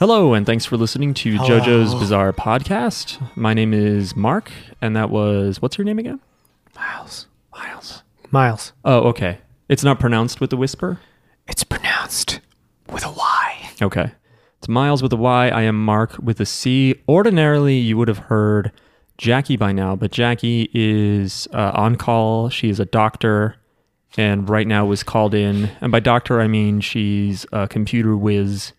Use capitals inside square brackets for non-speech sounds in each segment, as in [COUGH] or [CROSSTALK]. Hello, and thanks for listening to JoJo's Bizarre Podcast. My name is Mark, and that was what's your name again? Miles. Miles. Miles. Oh, okay. It's not pronounced with a whisper. It's pronounced with a Y. Okay. It's Miles with a Y. I am Mark with a C. Ordinarily, you would have heard Jackie by now, but Jackie is uh, on call. She is a doctor and right now was called in. And by doctor, I mean she's a computer whiz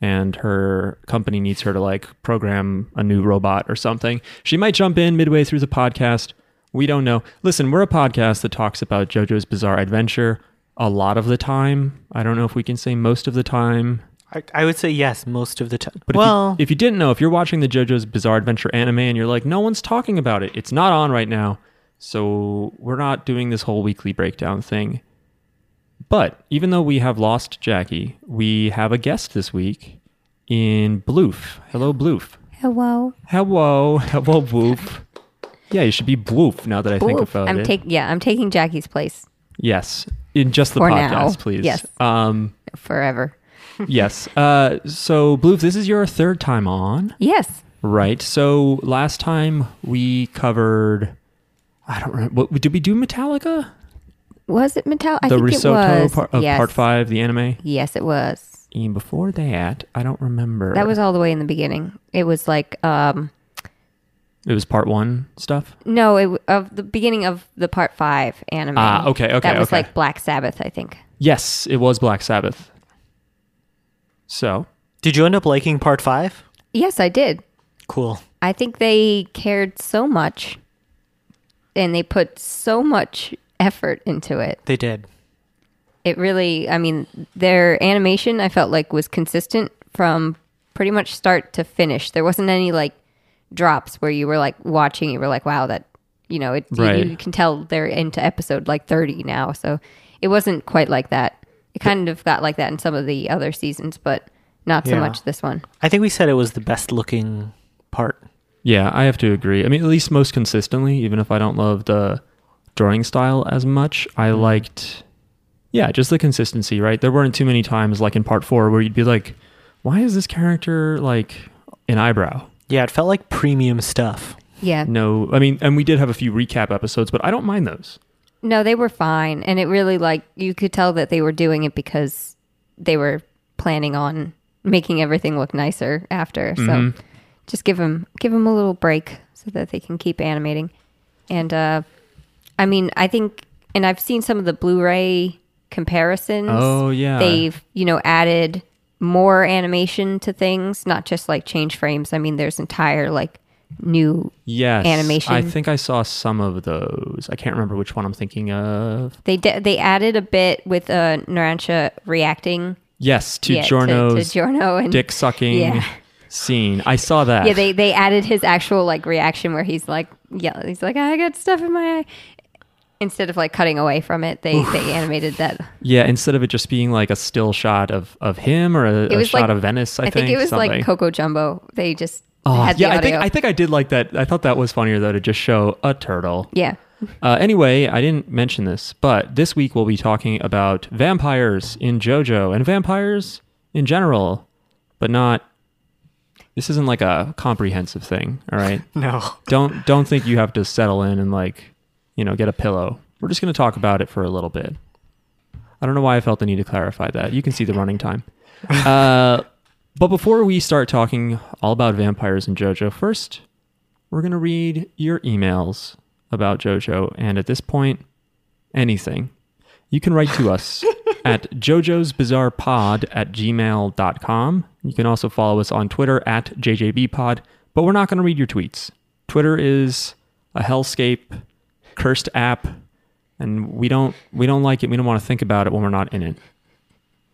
and her company needs her to like program a new robot or something. She might jump in midway through the podcast. We don't know. Listen, we're a podcast that talks about JoJo's Bizarre Adventure a lot of the time. I don't know if we can say most of the time. I, I would say yes most of the time. But well, if, you, if you didn't know, if you're watching the JoJo's Bizarre Adventure anime and you're like, no one's talking about it, it's not on right now. So we're not doing this whole weekly breakdown thing. But even though we have lost Jackie, we have a guest this week in Bloof. Hello, Bloof. Hello. Hello. Hello, Bloof. Yeah, you should be Bloof now that I think Oof. about I'm it. taking yeah, I'm taking Jackie's place yes. In just the For podcast, now. please. Yes. Um, forever. yes. Uh, so, Bloof, this is your third time on. Yes. Right. So last time we covered, I don't remember. What, did we do Metallica? Was it Metallica? I the think risotto it was. part of yes. part five, the anime. Yes, it was. And before that, I don't remember. That was all the way in the beginning. It was like um it was part one stuff. no, it w- of the beginning of the part 5 anime. Ah, okay, okay, That was okay. like Black Sabbath, I think. Yes, it was Black Sabbath. So did you end up liking part five? Yes, I did. Cool. I think they cared so much and they put so much effort into it. They did. it really i mean their animation i felt like was consistent from pretty much start to finish there wasn't any like drops where you were like watching you were like wow that you know it you- Right. you, can tell they're into episode like 30 now so it wasn't quite like that it kind of got like that in some of the other seasons but not so Yeah. much this one I think we said it was the best looking part. yeah, I have to agree. I mean, at least most consistently, even if I don't love the drawing style as much, I Mm-hmm. liked. Yeah, just the consistency, right? There weren't too many times like in part four where you'd be like, "Why is this character like an eyebrow?" Yeah, it felt like premium stuff. yeah No, I mean, and we did have a few recap episodes, but I don't mind those. No, they were fine. And it really, like, you could tell that they were doing it because they were planning on making everything look nicer after. So Mm-hmm. just give them, give them a little break so that they can keep animating. And, uh, I mean, I think, and I've seen some of the Blu ray comparisons. Oh, yeah. They've, you know, added more animation to things, not just like change frames. I mean, there's entire, like, new, Yes, Animation. I think I saw some of those. I can't remember which one I'm thinking of. they, de- they added a bit with, uh, Narancia reacting Yes, to Yeah, Jorno's to Giorno and dick sucking Yeah. scene. I saw that. yeah they they added his actual like reaction where he's like yeah he's like I got stuff in my eye instead of like cutting away from it they they animated that Yeah, instead of it just being like a still shot of of him or a, it a was shot like of Venice, I, I think, it was something. like Coco Jumbo they just Oh, had yeah, the I think audio I think I did like that. I thought that was funnier though to just show a turtle. yeah Oh, Uh, anyway, I didn't mention this, but this week we'll be talking about vampires in JoJo and vampires in general, but not. This isn't like a comprehensive thing. All right, No. don't don't think you have to settle in and like, you know, get a pillow. We're just going to talk about it for a little bit. I don't know why I felt the need to clarify that. You can see the running time. Uh, but before we start talking all about vampires and JoJo, first we're going to read your emails about JoJo. And at this point, anything. You can write to us at Jojo's Bizarre Pod at gmail.com. You can also follow us on Twitter at JJBpod, but we're not going to read your tweets. Twitter is a hellscape, cursed app, and we don't we don't like it. We don't want to think about it when we're not in it.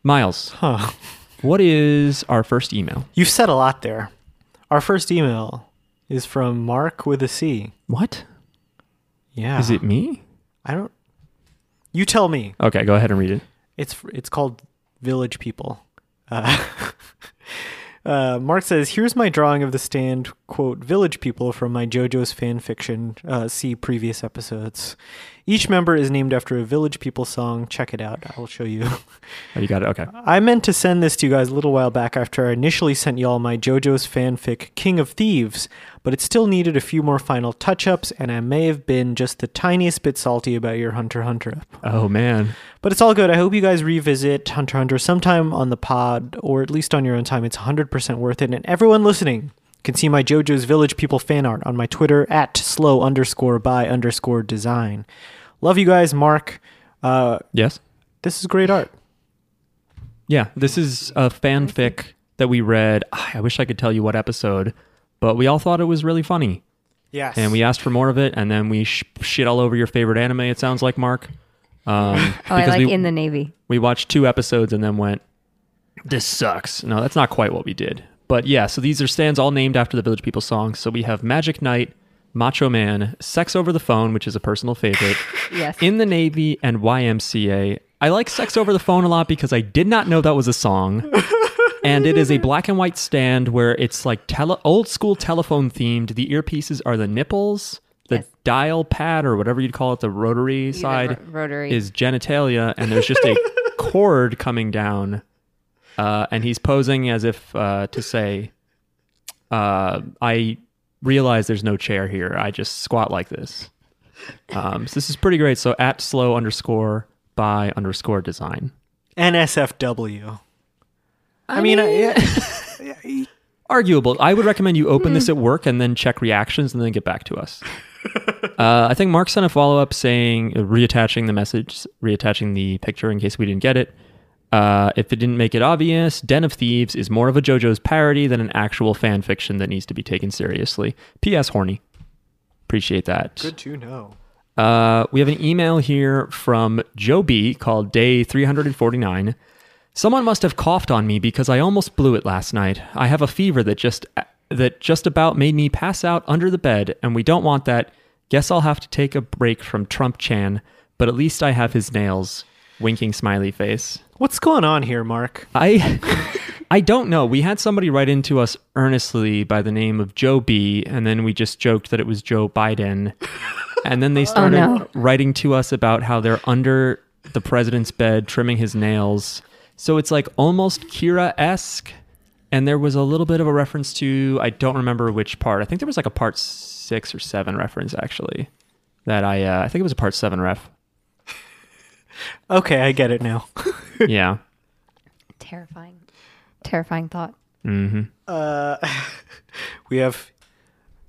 Miles, Huh. what is our first email? You've said a lot there. Our first email is from Mark with a C. What? Yeah. Is it me? I don't. You tell me. Okay, go ahead and read it. It's it's called Village People. Uh, [LAUGHS] Uh, Mark says, "Here's my drawing of the stand quote village people from my JoJo's fan fiction. Uh, see previous episodes. Each member is named after a village people song. Check it out. I will show you. [LAUGHS] Oh, you got it. Okay. I meant to send this to you guys a little while back after I initially sent y'all my JoJo's fanfic King of Thieves, but it still needed a few more final touch-ups, and I may have been just the tiniest bit salty about your Hunter x Hunter up. Oh man. But it's all good. I hope you guys revisit Hunter x Hunter sometime on the pod, or at least on your own time. It's 100% worth it. And everyone listening can see my JoJo's Village People fan art on my Twitter at slow underscore by underscore design. Love you guys, Mark. Uh, Yes. this is great art. Yeah, this is a fanfic that we read. Ah, I wish I could tell you what episode, but we all thought it was really funny. Yes. And we asked for more of it, and then we sh- shit all over your favorite anime, it sounds like, Mark. Um, [LAUGHS] Oh, I because like we, in the Navy. we watched two episodes and then went, this sucks. No, that's not quite what we did. But yeah, so these are stands all named after the Village People songs. So we have Magic Knight, Macho Man, Sex Over the Phone, which is a personal favorite, Yes. In the Navy, and YMCA. I like Sex Over the Phone a lot because I did not know that was a [LAUGHS] song. and it is a black and white stand where it's like tele- old school telephone themed. The earpieces are the nipples, the Yes. dial pad, or whatever you'd call it, the rotary the side ro- rotary. is genitalia, and there's just a cord coming down, uh, and he's posing as if uh, to say, uh, "I realize there's no chair here. I just squat like this." Um, so this is pretty great. So at slow underscore by underscore design. NSFW. I, mean, I, yeah, Arguable. I would recommend you open this at work and then check reactions and then get back to us. Uh, I think Mark sent a follow up saying, uh, reattaching the message, reattaching the picture in case we didn't get it. Uh, if it didn't make it obvious, Den of Thieves is more of a JoJo's parody than an actual fan fiction that needs to be taken seriously. P.S. Horny. Appreciate that. [LAUGHS] good to know. Uh, we have an email here from Joe B called Day 349. Someone must have coughed on me because I almost blew it last night. I have a fever that just that just about made me pass out under the bed, and we don't want that. Guess I'll have to take a break from Trump Chan, but at least I have his nails. Winking smiley face. What's going on here, Mark? I [LAUGHS] I don't know. We had somebody write into us earnestly by the name of Joe B, and then we just joked that it was Joe Biden. And then they started no. writing to us about how they're under the president's bed trimming his nails. So it's like almost Kira esque. And there was a little bit of a reference to, I don't remember which part. I think there was like a part six or seven reference, actually, that I, uh, I think it was a part seven ref. Okay, I get it now. Yeah. terrifying. Terrifying thought. We have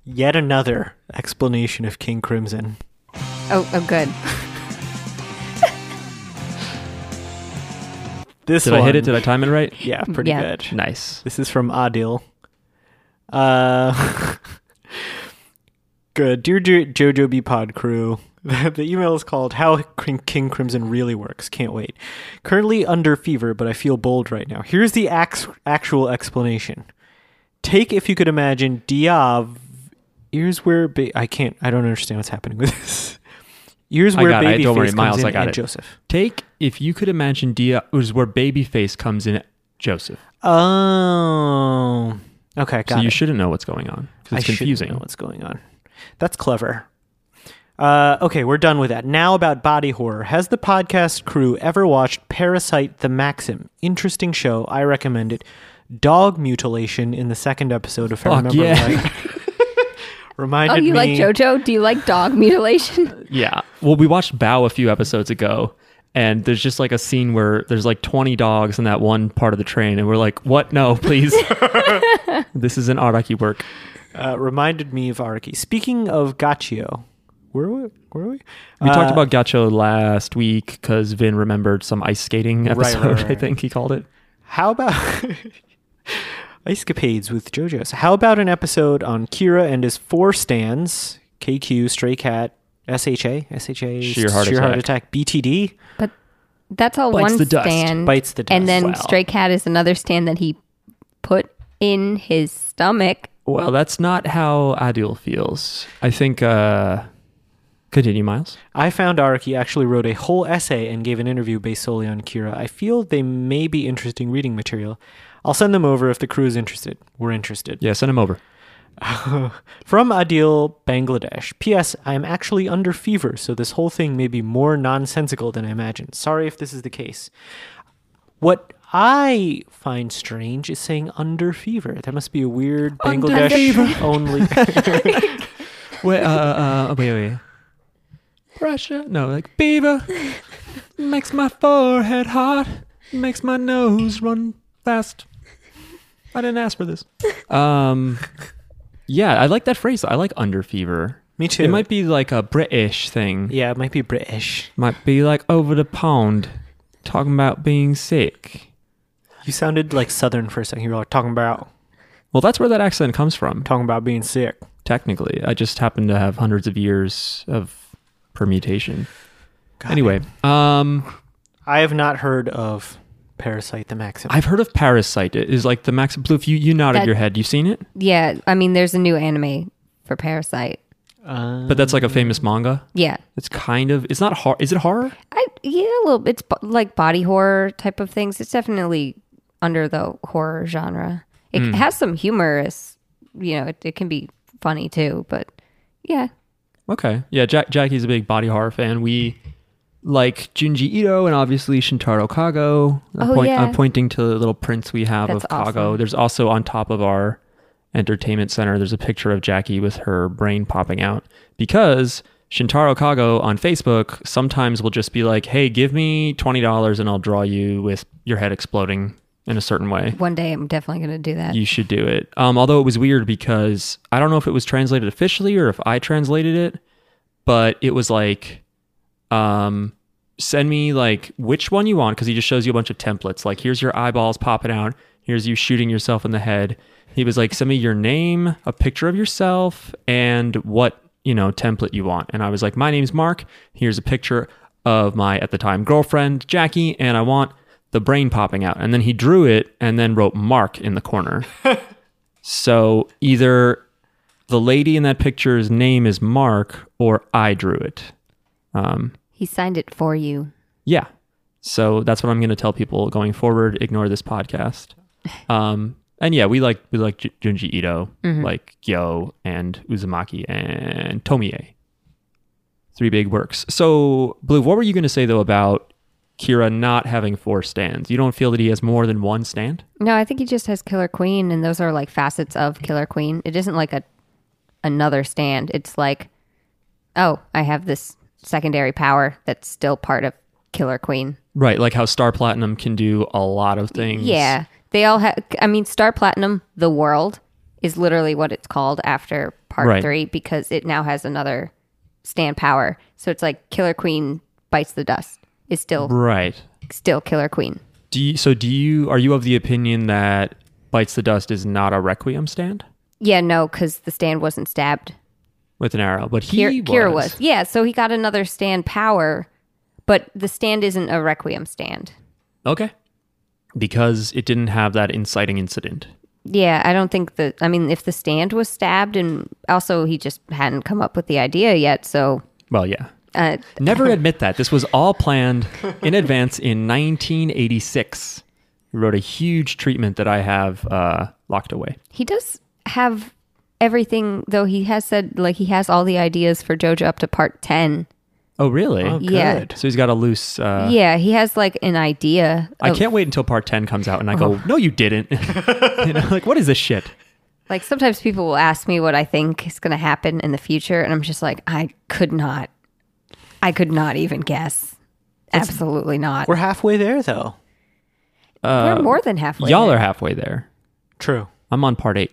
yet another explanation of King Crimson. Oh, oh, good. This Did one, I hit it? Did I time it right? yeah, pretty Yeah. good. Nice. This is from Adil. Uh, [LAUGHS] good. Dear jo- JoJo B Pod crew, [LAUGHS] the email is called How Crim- King Crimson Really Works. Can't wait. Currently under fever, but I feel bold right now. Here's the ax- actual explanation. Take, if you could imagine, Diav. Ears where ba- I can't. I don't understand what's happening with this. Ears I where got it. baby Don't worry, comes Miles, in I got and it. Joseph. Take if you could imagine Dia was where Babyface comes in. Joseph, Oh, okay, got so you it. shouldn't know what's going on. 'cause It's I shouldn't confusing. Know what's going on? That's clever. Uh, okay, we're done with that. Now about body horror. Has the podcast crew ever watched Parasite the Maxim? Interesting show. I recommend it. Dog mutilation in the second episode, if I Fuck remember yeah. [LAUGHS] right. Reminded Oh, you me. like JoJo? Do you like dog mutilation? Yeah. Well, we watched Bow a few episodes ago, and there's just like a scene where there's like 20 dogs in that one part of the train, and we're like, "What? No, please." this is an Araki work. Uh, reminded me of Araki. Speaking of Gachio, where were we? Where were we? We Uh, talked about Gacho last week because Vin remembered some ice skating right, episode. [LAUGHS] I right. think he called it. How about [LAUGHS] escapades with JoJo's? How about an episode on Kira and his four stands? KQ, Stray Cat, SHA, SHA, Sheer heart attack. BTD But that's all Bites one the dust. stand. bites the dust. and then Wow. Stray Cat is another stand that he put in his stomach. Well, that's not how Adul feels. I think. uh Continue, Miles. I found Araki actually wrote a whole essay and gave an interview based solely on Kira. I feel they may be interesting reading material. I'll send them over if the crew is interested. We're interested. Yeah, send him over. [LAUGHS] From Adil, Bangladesh. P.S. I am actually under fever, so this whole thing may be more nonsensical than I imagined. Sorry if this is the case. What I find strange is saying under fever. That must be a weird Under [LAUGHS] Bangladesh [LAUGHS] only. Wait, uh, uh, wait, wait. Pressure? No, like beaver makes my forehead hot, makes my nose run fast. I didn't ask for this. Um, yeah, I like that phrase. I like under fever. Me too. It might be like a British thing. yeah, it might be British. Might be like over the pond, talking about being sick. You sounded like Southern for a second. You were like talking about Well, that's where that accent comes from. talking about being sick. Technically, I just happen to have hundreds of years of permutation. God. Anyway, um, I have not heard of Parasite the Maxim. I've heard of Parasite. It is like the Max Bluff. You you nodded That- your head. You've seen it, Yeah, I mean, there's a new anime for Parasite. Uh, but that's like a famous manga. Yeah, It's kind of. It's not horror. Is it horror? I yeah, a little. It's bo- like body horror type of things. It's definitely under the horror genre. It Hmm. has some humorous, you know, it, it can be funny too. But yeah, Okay. Yeah. Jack Jackie's a big body horror fan. We like Junji Ito and obviously Shintaro Kago. I'm, Oh, yeah. I'm pointing to the little prints we have That's of Kago. awesome. There's also on top of our entertainment center. There's a picture of Jackie with her brain popping out because. Shintaro Kago on Facebook sometimes will just be like, "Hey, give me twenty dollars and I'll draw you with your head exploding in a certain way." one day I'm definitely gonna do that. you should do it. Um, although it was weird because I don't know if it was translated officially or if I translated it, but it was like, um, send me like which one you want because he just shows you a bunch of templates. Like here's your eyeballs popping out, here's you shooting yourself in the head. He was like, send me your name, a picture of yourself, and what you know template you want. And I was like, my name's Mark. Here's a picture of my at the time girlfriend Jackie, and I want the brain popping out. And then he drew it and then wrote Mark in the corner. so either the lady in that picture's name is Mark or I drew it. Um, He signed it for you. yeah. So that's what I'm going to tell people going forward. Ignore this podcast. Um, and yeah, we like we like J- Junji Ito, like Gyo and Uzumaki and Tomie. Three big works. So, Blue, what were you going to say though about Kira not having four stands? You don't feel that he has more than one stand? No, I think he just has Killer Queen, and those are like facets of Killer Queen. It isn't like a another stand. It's like, oh, I have this secondary power that's still part of Killer Queen. Right, like how Star Platinum can do a lot of things. Yeah, they all have. I mean, Star Platinum, the world is literally what it's called after part Right. three because it now has another stand power. So it's like Killer Queen bites the dust. Is still Right. still Killer Queen. Do you, so do you are you of the opinion that Bites the Dust is not a Requiem stand Yeah, no, because the stand wasn't stabbed. with an arrow, but he Kira, Kira was. was. Yeah, so he got another stand power, but the stand isn't a Requiem stand. Okay. Because it didn't have that inciting incident. Yeah, I don't think that. I mean, if the stand was stabbed, and also he just hadn't come up with the idea yet, so. Well, yeah. Uh, [LAUGHS] Never admit that. This was all planned in advance in 1986. He wrote a huge treatment that I have uh, locked away. He does have everything, though. He has said like he has all the ideas for JoJo up to part ten. Oh, really? oh, yeah. good. So he's got a loose. Uh, yeah, he has like an idea. I of- can't wait until part 10 comes out and I Uh-huh. go, no, you didn't. [LAUGHS] you know, like, what is this shit? Like sometimes people will ask me what I think is going to happen in the future, and I'm just like, I could not, I could not even guess. Absolutely not. We're We're, halfway there, though. more than halfway. uh, Y'all there. are halfway there. True. I'm on part eight.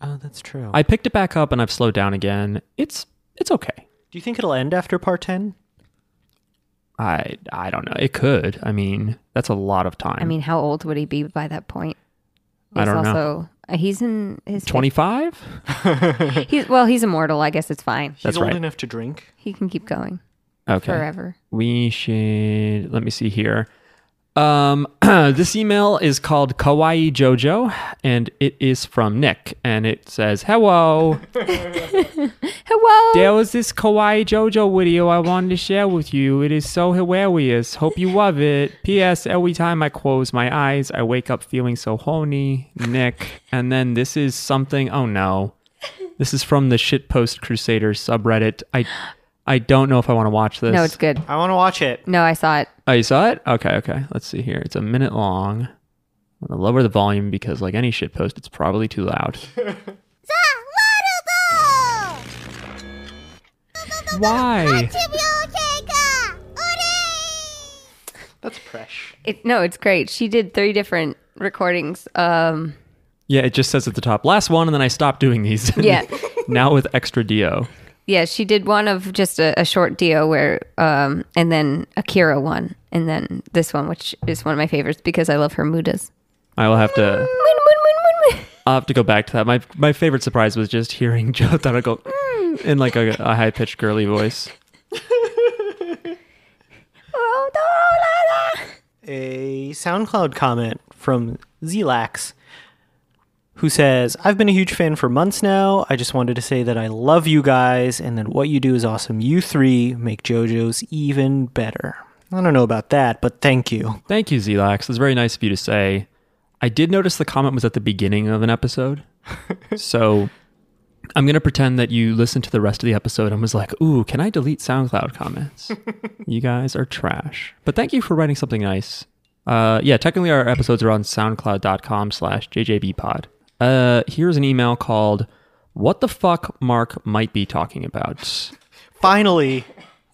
Oh, that's true. I picked it back up and I've slowed down again. It's it's okay. Do you think it'll end after part 10? I I don't know. It could. I mean, that's a lot of time. I mean, how old would he be by that point? I don't know. know. He's in his 25? He's well, he's immortal. I guess it's fine. He's That's old right. enough to drink. He can keep going Okay. forever. We should let me see here. Um, [CLEARS THROAT] this email is called Kawaii Jojo, and it is from Nick, and it says, "Hello, Hello. There was this Kawaii JoJo video I wanted to share with you. It is so hilarious. Hope you love it. P.S. Every time I close my eyes, I wake up feeling so horny. Nick. And then this is something. Oh no. This is from the Shitpost Crusaders subreddit. I I don't know if I want to watch this. no, it's good. I want to watch it. No, I saw it. Oh, you saw it? Okay, okay. Let's see here. It's a minute long. I'm gonna lower the volume because, like any shit post, it's probably too loud. Why? That's fresh. it. No, it's great. She did three different recordings. Um, Yeah, it just says at the top, last one, and then I stopped doing these. [LAUGHS] Yeah. [LAUGHS] now with extra do. yeah, she did one of just a, a short deal where, um, and then Akira one, and then this one, which is one of my favorites because I love her mudas. I will have Uh. [LAUGHS] to. I'll have to go back to that. My my favorite surprise was just hearing [LAUGHS] Joe Taro go "Mm," in like a, a high pitched girly voice. [LAUGHS] Oh, A SoundCloud comment from Zlax, who says, "I've been a huge fan for months now. I just wanted to say that I love you guys, and that what you do is awesome. You three make JoJo's even better. I don't know about that, but thank you. Thank you, Zelax. It's very nice of you to say. I did notice the comment was at the beginning of an episode. so I'm going to pretend that you listened to the rest of the episode and was like, ooh, can I delete SoundCloud comments? you guys are trash. But thank you for writing something nice. Uh, yeah, technically our episodes are on soundcloud.com slash jjbpod. Uh, here's an email called What the Fuck Mark Might Be Talking About. Finally,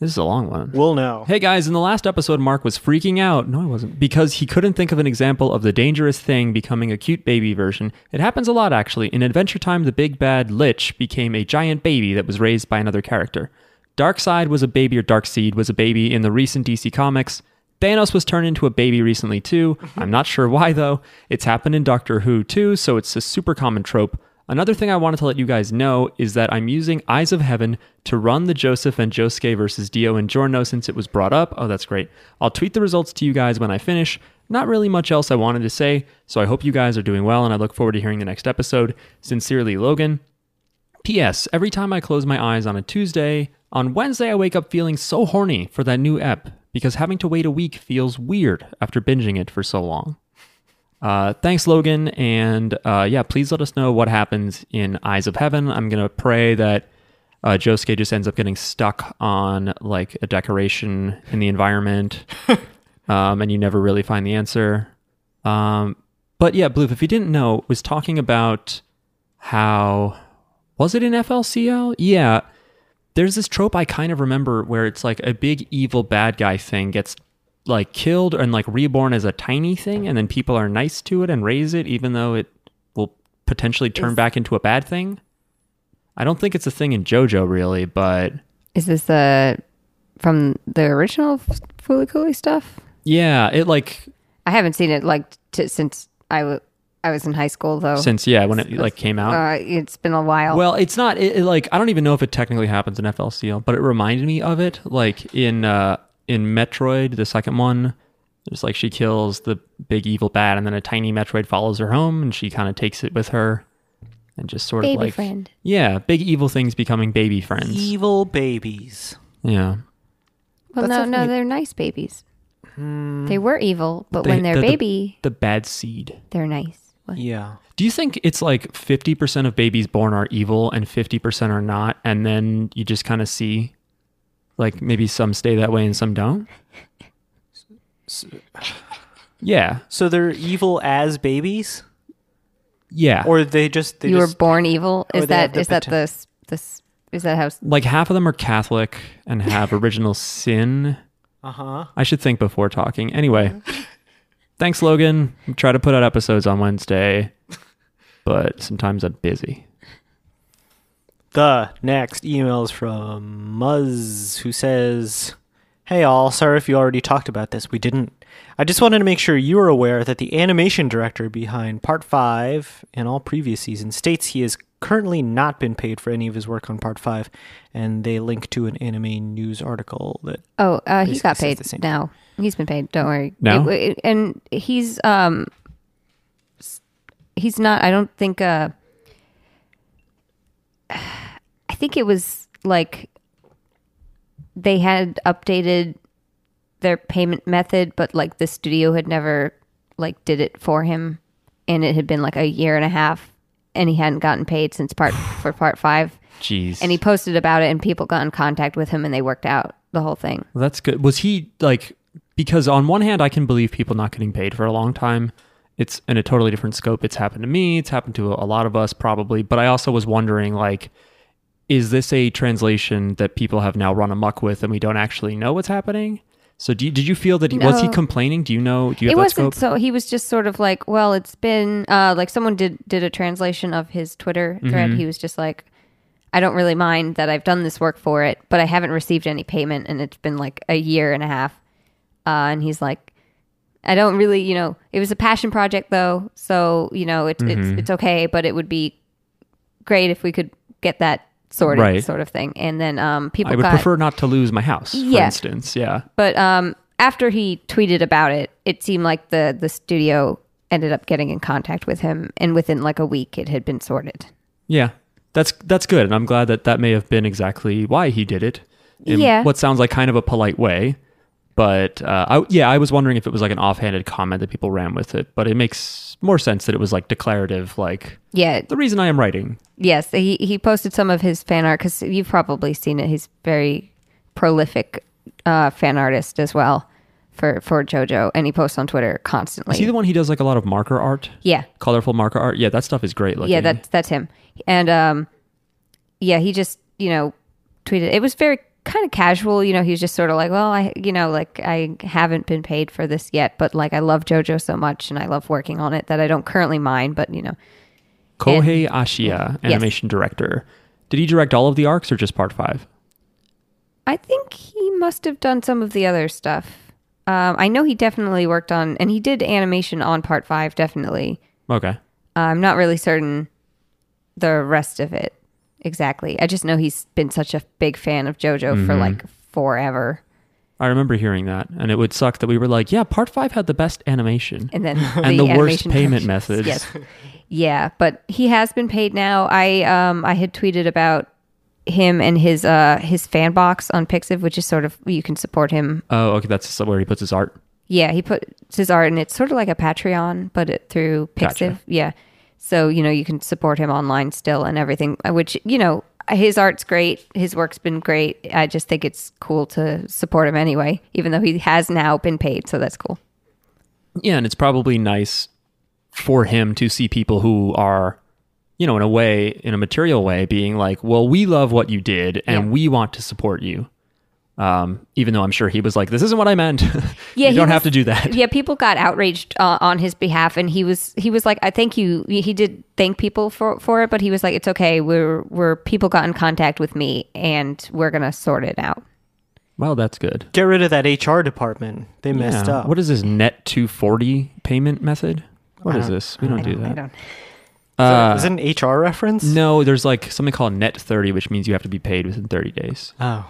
This is a long one. we'll know." Hey guys, in the last episode, Mark was freaking out. No, I wasn't. Because he couldn't think of an example of the dangerous thing becoming a cute baby version. It happens a lot, actually. In Adventure Time, the big bad Lich became a giant baby that was raised by another character. Darkseid was a baby, or Darkseid was a baby in the recent DC comics. Thanos was turned into a baby recently, too. I'm not sure why, though. It's happened in Doctor Who, too, so it's a super common trope. Another thing I wanted to let you guys know is that I'm using Eyes of Heaven to run the Joseph and Josuke versus Dio and Giorno since it was brought up. Oh, that's great. I'll tweet the results to you guys when I finish. Not really much else I wanted to say, so I hope you guys are doing well and I look forward to hearing the next episode. Sincerely, Logan. P.S. Every time I close my eyes on a Tuesday, on Wednesday I wake up feeling so horny for that new ep because having to wait a week feels weird after binging it for so long. Uh, thanks, Logan. And uh, yeah, please let us know what happens in Eyes of Heaven. I'm going to pray that uh, Josuke just ends up getting stuck on like a decoration in the environment um, and you never really find the answer. Um, but yeah, Bloof, if you didn't know, was talking about how was it in FLCL? Yeah. There's this trope I kind of remember where it's like a big evil bad guy thing gets like killed and like reborn as a tiny thing and then people are nice to it and raise it even though it will potentially turn back into a bad thing. I don't think it's a thing in JoJo really, but Is this uh, from the original F- Fooly Cooly stuff? yeah, it like I haven't seen it like t- since I wa- I was in high school though. since yeah, when it like came out. uh, it's been a while. Well, it's not it, it, like I don't even know if it technically happens in FLCL, but it reminded me of it. Like in uh in Metroid, the second one, there's like she kills the big evil bat, and then a tiny Metroid follows her home, and she kind of takes it with her, and just sort Baby of like friend. yeah, big evil things becoming baby friends. Evil babies. yeah, well, that's no, no, definitely- they're nice babies. They were evil, but when Hmm. They- the- they're the- baby, the bad seed. they're nice. What? Yeah. Do you think it's like 50% of babies born are evil and 50% are not? And then you just kind of see like maybe some stay that way and some don't? Yeah. So they're evil as babies, Yeah. or they just they you just were born evil. or Is they have that the is that poten- this this is that how? s- like half of them are Catholic and have original sin. uh huh. I should think before talking. Anyway, thanks, Logan. I try to put out episodes on Wednesday, but sometimes I'm busy. The next email is from Muzz, who says, Hey all, sorry if you already talked about this. We didn't. I just wanted to make sure you were aware that the animation director behind Part 5 and all previous seasons states he has currently not been paid for any of his work on Part 5, and they link to an anime news article that. Oh, uh, he Basically got says paid the same now. He's been paid. Don't worry. No? It- it- and he's um, s- he's not. [SIGHS] I don't think. Uh, I think it was like they had updated their payment method, but like the studio had never like did it for him, and it had been like a year and a half, and he hadn't gotten paid [SIGHS] since part for part five, Jeez. and he posted about it, and people got in contact with him, and they worked out the whole thing. Well, that's good. Was he like because on one hand I can believe people not getting paid for a long time. It's in a totally different scope. It's happened to me, it's happened to a lot of us probably, but I also was wondering like is this a translation that people have now run amok with and we don't actually know what's happening? So do you, did you feel that he, was he No. complaining? Do you know do you it have that scope? wasn't so he was just sort of like well it's been uh like someone did did a translation of his twitter Mm-hmm. thread he was just like i don't really mind that i've done this work for it but i haven't received any payment and it's been like a year and a half uh and he's like i don't really you know it was a passion project though so you know it's Mm-hmm. it's it's okay but it would be great if we could get that sorted Right. sort of thing and then um people I would got prefer not to lose my house, for Yeah. instance. Yeah. but um, after he tweeted about it, it seemed like the the studio ended up getting in contact with him, and within like a week, it had been sorted. Yeah, that's that's good, and I'm glad that that may have been exactly why he did it. In Yeah. what sounds like kind of a polite way, but uh, I, yeah, I was wondering if it was like an offhanded comment that people ran with it, but it makes more sense that it was like declarative, like Yeah, the reason I am writing. yes, he he posted some of his fan art because you've probably seen it. He's very prolific uh, fan artist as well for for JoJo, and he posts on Twitter constantly. Is he the one he does like a lot of marker art, yeah, colorful marker art? Yeah, that stuff is great looking. yeah, that's that's him, and um, yeah, he just you know tweeted. It was very kind of casual. You know, he was just sort of like, well, I you know, like I haven't been paid for this yet, but like I love JoJo so much and I love working on it that I don't currently mind. But you know, Kohei Ashiya, animation director. Did he direct all of the arcs or just part five? I think he must have done some of the other stuff. Um, I know he definitely worked on, and he did animation on part five. Definitely, Okay, uh, I'm not really certain the rest of it exactly. I just know he's been such a big fan of JoJo for Mm-hmm. like forever. I remember hearing that, and it would suck that we were like, yeah, part five had the best animation. and then [LAUGHS] and the, worst animation payment directions. methods. Yes. Yeah, but he has been paid now. I um I had tweeted about him and his uh his fan box on Pixiv, which is sort of you can support him. Oh, okay. That's where he puts his art. Yeah, he puts his art, and it's sort of like a Patreon, but it through Pixiv. Gotcha. Yeah, so you know you can support him online still and everything, uh, which you know his art's great. His work's been great. I just think it's cool to support him anyway, even though he has now been paid, so that's cool. Yeah, and it's probably nice for him to see people who are, you know, in a way, in a material way, being like, "Well, we love what you did, and Yeah. we want to support you." Um, even though I'm sure he was like, "This isn't what I meant." [LAUGHS] Yeah, you he don't have was- to do that. yeah people got outraged uh, on his behalf and he was he was like i thank you he did thank people for for it but he was like it's okay we're we're people got in contact with me and we're gonna sort it out Well, that's good. Get rid of that HR department. They messed Yeah. up. What is this net 240 payment method? What is this? We don't, I do don't- I that. don't- Uh, is it an HR reference? no, there's like something called net 30, which means you have to be paid within 30 days. Oh.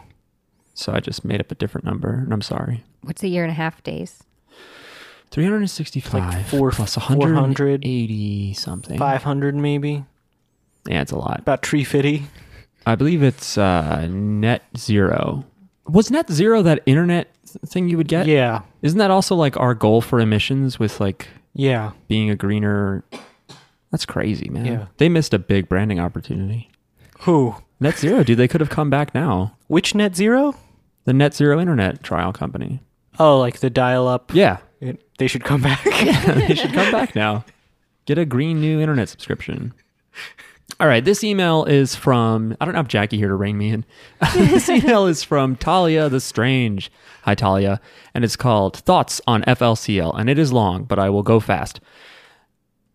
So I just made up a different number, and I'm sorry. what's a year and a half days 365 Like four- plus 400. 180 something. 500 maybe? Yeah, it's a lot. About 350? I believe it's uh, net zero. Was net zero that internet th- thing you would get? Yeah. Isn't that also like our goal for emissions with like Yeah. being a greener? That's crazy, man. Yeah. They missed a big branding opportunity. Who? Net zero, dude. They could have come back now. Which net zero? The net zero internet trial company. Oh, like the dial up. Yeah. It, they should come [LAUGHS] back. they should [LAUGHS] come back now. Get a green new internet subscription. All right, this email is from I don't have Jackie here to rein me in. [LAUGHS] this email is from Talia the Strange. Hi Talia, and it's called Thoughts on FLCL, and it is long, but I will go fast.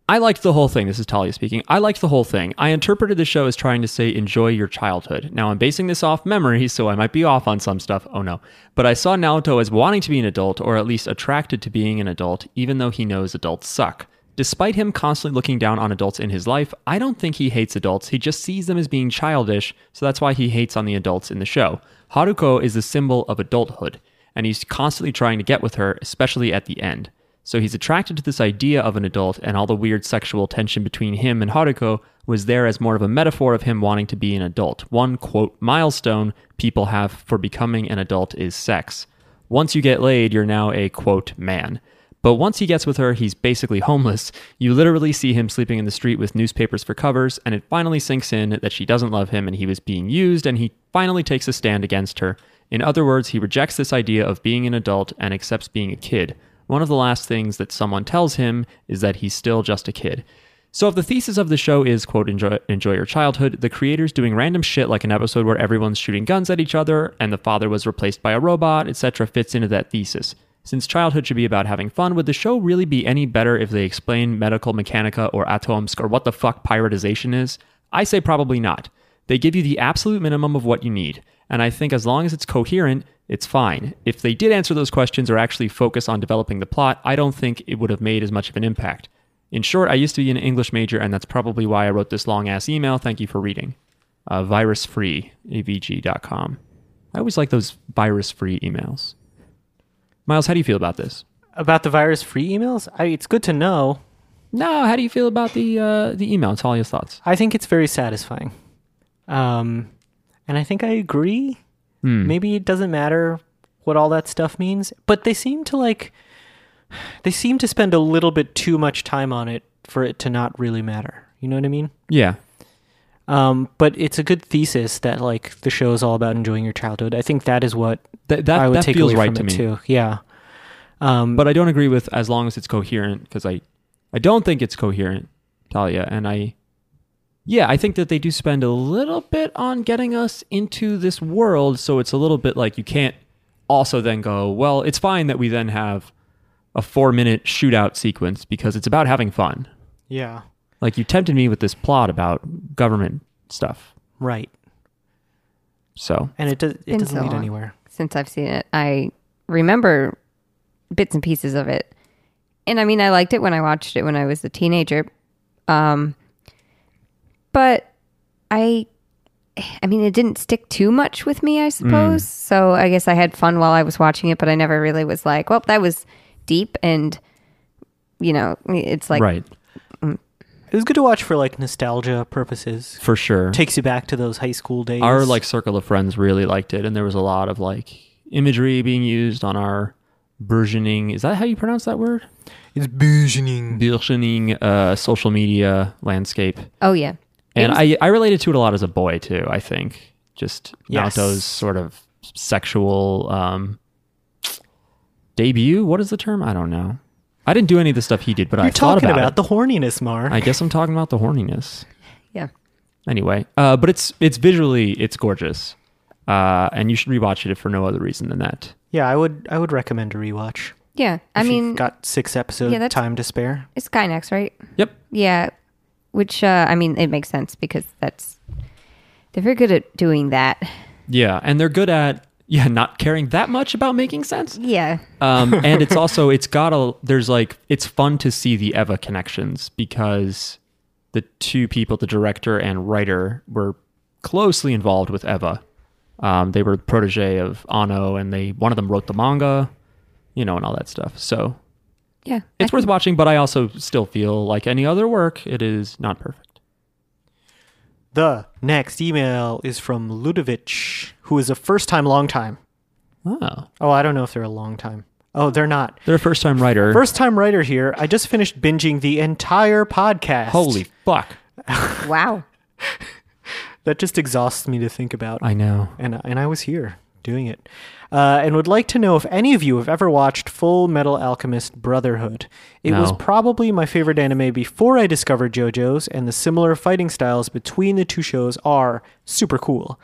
I liked the whole thing. This is Talia speaking. I liked the whole thing. I interpreted the show as trying to say, enjoy your childhood. Now, I'm basing this off memory, so I might be off on some stuff. Oh no. But I saw Naoto as wanting to be an adult, or at least attracted to being an adult, even though he knows adults suck. Despite him constantly looking down on adults in his life, I don't think he hates adults. He just sees them as being childish, so that's why he hates on the adults in the show. Haruko is the symbol of adulthood, and he's constantly trying to get with her, especially at the end. So he's attracted to this idea of an adult and all the weird sexual tension between him and Haruko, was there as more of a metaphor of him wanting to be an adult. One quote milestone people have for becoming an adult is sex. Once you get laid, you're now a quote man. But once he gets with her, he's basically homeless. You literally see him sleeping in the street with newspapers for covers, and it finally sinks in that she doesn't love him and he was being used, and he finally takes a stand against her. In other words, he rejects this idea of being an adult and accepts being a kid. One of the last things that someone tells him is that he's still just a kid. So if the thesis of the show is quote enjoy, enjoy your childhood, the creators doing random shit like an episode where everyone's shooting guns at each other and the father was replaced by a robot, etc. fits into that thesis. Since childhood should be about having fun, would the show really be any better if they explain medical mechanica or atoms or what the fuck prioritization is? I say probably not. They give you the absolute minimum of what you need, and I think as long as it's coherent, it's fine. If they did answer those questions or actually focus on developing the plot, I don't think it would have made as much of an impact. In short, I used to be an English major, and that's probably why I wrote this long ass email. Thank you for reading. Uh, virusfree, avg.com. I always like those virus free emails. Miles, how do you feel about this? About the virus free emails? I, it's good to know. No, how do you feel about the uh, the email? It's all your thoughts. I think it's very satisfying. Um, and I think I agree. Hmm. Maybe it doesn't matter what all that stuff means, but they seem to like they seem to spend a little bit too much time on it for it to not really matter. You know what I mean? Yeah. Um, but it's a good thesis that like the show is all about enjoying your childhood. I think that is what Th- that I would that take feels away right from to me. it too. Yeah. Um, But I don't agree with as long as it's coherent because I, I don't think it's coherent, Talia. And I, yeah, I think that they do spend a little bit on getting us into this world. So it's a little bit like you can't also then go, well, it's fine that we then have a four minute shootout sequence because it's about having fun. yeah, Like you tempted me with this plot about government stuff. right. So And it does it Been doesn't so lead long. anywhere. since I've seen it. I remember bits and pieces of it. And I mean, I liked it when I watched it when I was a teenager. Um, but I, I mean, it didn't stick too much with me, I suppose. So I guess I had fun while I was watching it, but I never really was like, well, that was deep. And, you know, it's like, right It was good to watch for like nostalgia purposes. for sure. Takes you back to those high school days. our like circle of friends really liked it and there was a lot of like imagery being used on our burgeoning is that how you pronounce that word it's bougining. burgeoning uh, social media landscape oh, yeah. and I, I related to it a lot as a boy too i think just Yes. naoto's sort of sexual um, debut what is the term i don't know i didn't do any of the stuff he did but i You're thought talking about, about it. the horniness, Mar. i guess i'm talking about the horniness Yeah. anyway uh, but it's it's visually it's gorgeous uh, and you should rewatch it if for no other reason than that yeah, I would I would recommend a rewatch. Yeah. I if you've mean, got six episode Yeah, that's- time to spare. it's Skynex, right? yep Yeah, which uh, I mean, it makes sense because that's they're very good at doing that. yeah and they're good at yeah not caring that much about making sense Yeah, um, and it's also it's got a there's like it's fun to see the eva connections because the two people the director and writer were closely involved with eva um, they were protege of ano and they one of them wrote the manga you know and all that stuff so yeah, it's I worth watching, but I also still feel like any other work, it is not perfect. The next email is from Ludovic, who is a first time long time. Oh, Oh, I don't know if they're a long time. Oh, they're not. they're a first-time writer. First time writer here. I just finished binging the entire podcast. Holy fuck! think- [LAUGHS] wow. That just exhausts me to think about. I know. and uh, and I was here doing it, uh, and would like to know if any of you have ever watched Full Metal Alchemist Brotherhood. It was No. probably my favorite anime before I discovered JoJo's, and the similar fighting styles between the two shows are super cool.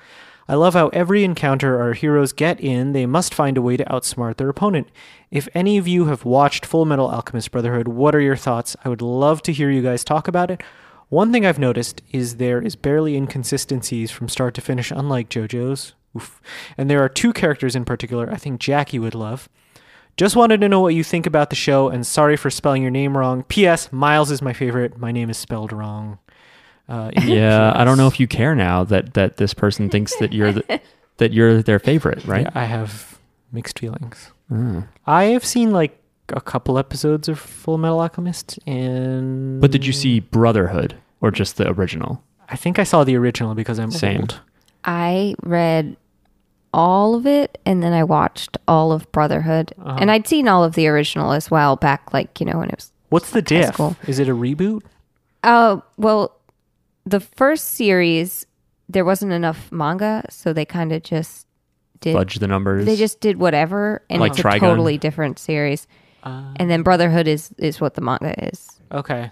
I love how every encounter our heroes get in, they must find a way to outsmart their opponent. If any of you have watched Full Metal Alchemist Brotherhood, what are your thoughts? I would love to hear you guys talk about it. One thing I've noticed is there is barely inconsistencies from start to finish, unlike JoJo's. Oof. And there are two characters in particular I think Jackie would love. Just wanted to know what you think about the show, and sorry for spelling your name wrong. P.S. Miles is my favorite. My name is spelled wrong. Uh, in the Yeah, I don't [LAUGHS] know PS. if you care now that that this person thinks that you're the, [LAUGHS] that you're their favorite, right? Yeah, I have mixed feelings. Mm. I have seen like a couple episodes of Full Metal Alchemist, and But did you see Brotherhood? or just the original? I think I saw the original because I'm Same. old. I read all of it and then I watched all of Brotherhood. Uh-huh. And I'd seen all of the original as well back like, you know, when it was What's the diff? school. Is it a reboot? Oh, well, the first series there wasn't enough manga, so they kind of just did Fudge the numbers. they just did whatever and Like it's Trigun. a totally different series. and then Brotherhood is is what the manga is. Okay.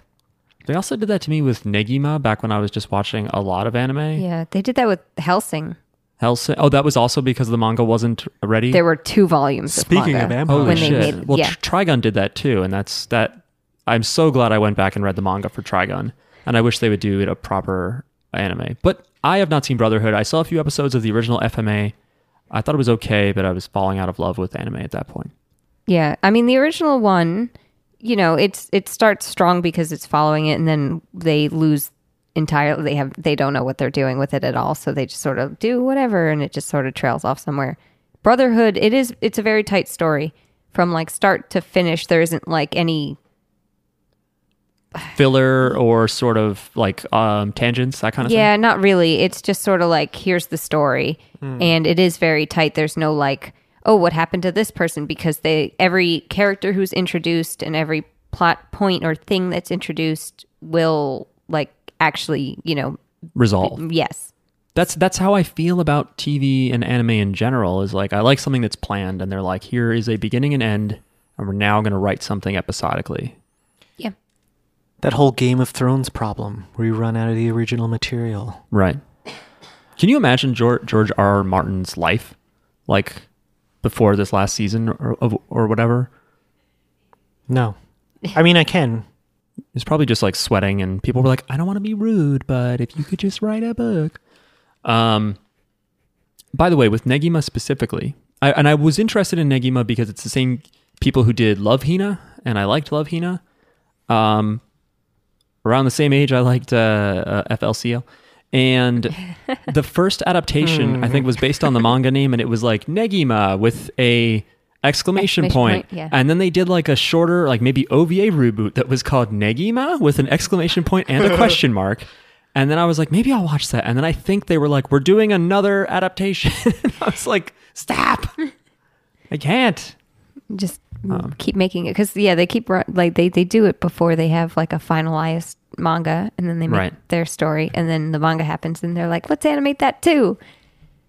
They also did that to me with Negima back when I was just watching a lot of anime. Yeah, they did that with Helsing. Helsing. Oh, that was also because the manga wasn't ready. There were two volumes Speaking of of manga. Empire. Holy when they shit! made- well, yeah. Tr- Trigun did that too, and that's that. I'm so glad I went back and read the manga for Trigun, and I wish they would do it a proper anime. But I have not seen Brotherhood. I saw a few episodes of the original FMA. I thought it was okay, but I was falling out of love with anime at that point. Yeah, I mean the original one, you know, it's it starts strong because it's following it, and then they lose entirely. They have they don't know what they're doing with it at all, so they just sort of do whatever, and it just sort of trails off somewhere. Brotherhood, it is it's a very tight story from like start to finish. There isn't like any Filler or sort of like um, tangents, that kind of yeah, not really. It's just sort of like here's the story, and it is very tight. There's no like oh what happened to this person because they every character who's introduced and every plot point or thing that's introduced will like actually you know thing. Resolve. yes that's that's how I feel about TV and anime in general. Is like I like something that's planned, and they're like, here is a beginning and end, and we're now going to write something episodically. yeah That whole Game of Thrones problem where you run out of the original material. Right. Can you imagine George, George R. R. Martin's life, like before this last season or of- or whatever? No. I mean, I can. He's probably just like sweating, and people were like, I don't want to be rude, but if you could just write a book. Um. By the way, with Negima specifically, I, and I was interested in Negima because it's the same people who did Love Hina, and I liked Love Hina. Um, around the same age, I liked uh, uh, FLCL, [LAUGHS] and the first adaptation I think was based on the manga name, and it was like Negima with a exclamation, Exclamation point. point, yeah. and then they did like a shorter, like maybe OVA reboot that was called Negima with an exclamation point and a [LAUGHS] question mark. And then I was like, maybe I'll watch that. And then I think they were like, we're doing another adaptation. [LAUGHS] I was like, [LAUGHS] stop. I can't. just keep making it because yeah they keep ru- like they they do it before they have like a finalized manga and then they make Right. their story and then the manga happens and they're like let's animate that too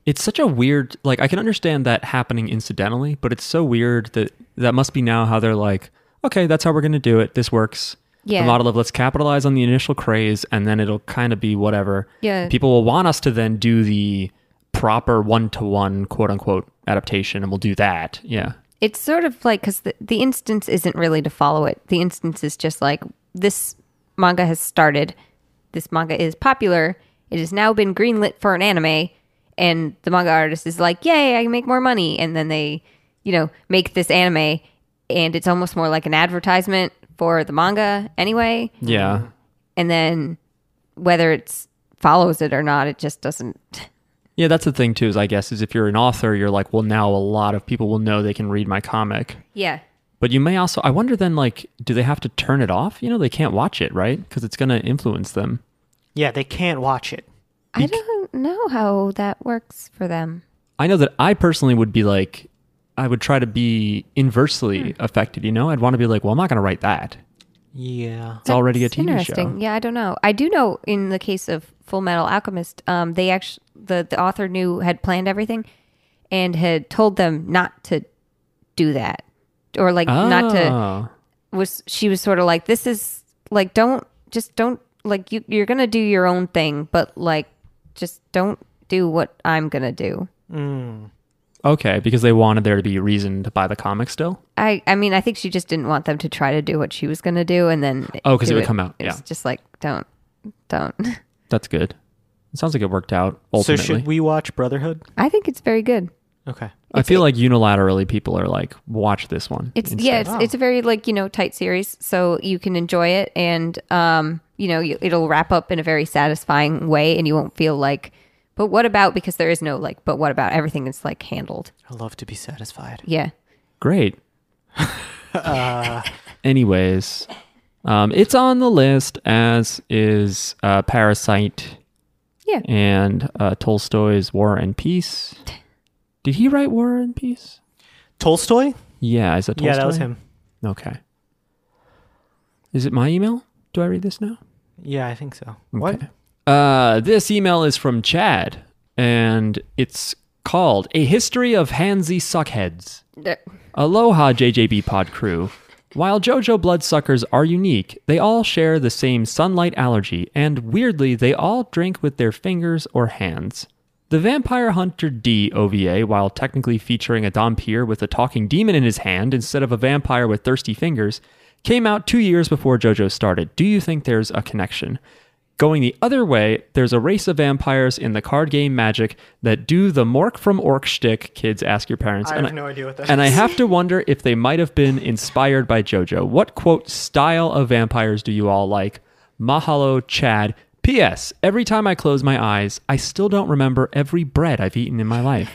It's such a weird, like, I can understand that happening incidentally, but it's so weird that that must be now how they're like, okay, that's how we're going to do it. This works. Yeah. The model of let's capitalize on the initial craze and then it'll kind of be whatever. Yeah. People will want us to then do the proper one to one, quote unquote, adaptation and we'll do that. Yeah. it's sort of like because the, the instance isn't really to follow it the instance is just like this manga has started this manga is popular it has now been greenlit for an anime and the manga artist is like yay i can make more money and then they you know make this anime and it's almost more like an advertisement for the manga anyway Yeah. and then whether it's follows it or not it just doesn't [LAUGHS] Yeah, that's the thing too. Is I guess is if you're an author, you're like, well, now a lot of people will know they can read my comic. yeah But you may also, I wonder then, like, do they have to turn it off? You know, they can't watch it, right? Because it's going to influence them. [LAUGHS] Yeah, they can't watch it. i don't know how that works for them I know that I personally would be like, I would try to be inversely Hmm. affected. You know, I'd want to be like, well, I'm not going to write that. Yeah. It's already a That's TV interesting. show. Yeah, I don't know. I do know in the case of Full Metal Alchemist, um, they actually the the author knew had planned everything, and had told them not to do that, or like not to Ah. was she was sort of like this is like don't just don't like you you're gonna do your own thing, but like just don't do what I'm gonna do. Okay, because they wanted there to be a reason to buy the comic still. I I mean I think she just didn't want them to try to do what she was gonna do, and then Oh, 'cause it do would come out. It's Yeah. just like don't don't. [LAUGHS] That's good. It sounds like it worked out So ultimately. should we watch Brotherhood? I think it's very good. Okay. I feel like unilaterally people are like, watch this one. It's instead. yeah, it's, it's a very like you know tight series, so you can enjoy it, and um, you know you, it'll wrap up in a very satisfying way, and you won't feel like, but what about because there is no like, but what about everything is like handled, I love to be satisfied. yeah. Uh. Great. [LAUGHS] Anyways, Um, it's on the list, as is uh, Parasite Yeah. and uh, Tolstoy's War and Peace. Did he write War and Peace? Tolstoy? Yeah, is that Tolstoy? Yeah, that was him. Okay. Is it my email? Do I read this now? Yeah, I think so. Okay. Uh, this email is from Chad, and it's called A History of Hansi Suckheads. Aloha, JJB Pod crew. While JoJo bloodsuckers are unique, they all share the same sunlight allergy, and weirdly, they all drink with their fingers or hands. The Vampire Hunter D OVA, while technically featuring a Dompier with a talking demon in his hand instead of a vampire with thirsty fingers, came out two years before JoJo started. Do you think there's a connection? Going the other way, there's a race of vampires in the card game Magic that do the Mork from Orc shtick. Kids, ask your parents. I And have no idea what that and I um, is. have [LAUGHS] to wonder if they might have been inspired by JoJo. What quote style of vampires do you all like? Mahalo, Chad. P.S. Every time I close my eyes, I still don't remember every bread I've eaten in my [LAUGHS] life.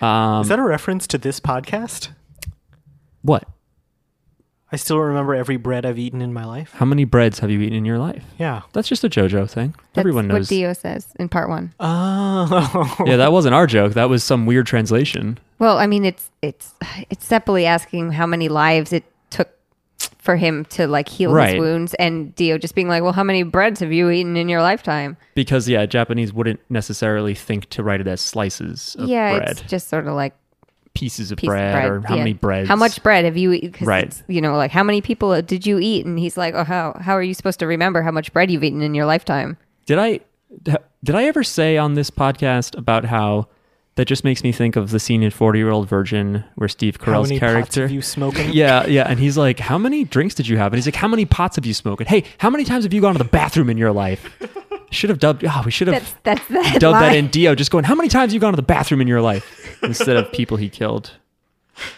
Um, is that a reference to this podcast? What? I still remember every bread I've eaten in my life. How many breads have you eaten in your life? Yeah. That's just a JoJo thing. Everyone That's knows. what Dio says in part one. [LAUGHS] Oh. yeah, that wasn't our joke. That was some weird translation. Well, I mean, it's it's it's Zeppeli asking how many lives it took for him to like heal Right. his wounds, and Dio just being like, "Well, how many breads have you eaten in your lifetime?" Because, yeah, Japanese wouldn't necessarily think to write it as slices of yeah, bread, it's just sort of like pieces of piece bread, of bread. or how yeah. many breads. How much bread have you eaten? Right. Right. You know, like how many people did you eat? And he's like, "Oh, how how are you supposed to remember how much bread you've eaten in [LAUGHS] your lifetime?" Did I did I ever say on this podcast about how that just makes me think of the scene in Forty Year Old Virgin where Steve How Carell's many pots character? have you smoking? yeah, yeah, and he's like, "How many drinks did you have?" And he's like, "How many pots have you smoked?" Hey, how many times have you gone to the bathroom in your [LAUGHS] life? Should have dubbed. Oh, we should have That's that's that. dubbed that line. in Dio. Just going, "How many times have you gone to the bathroom in your life?" Instead of people he killed.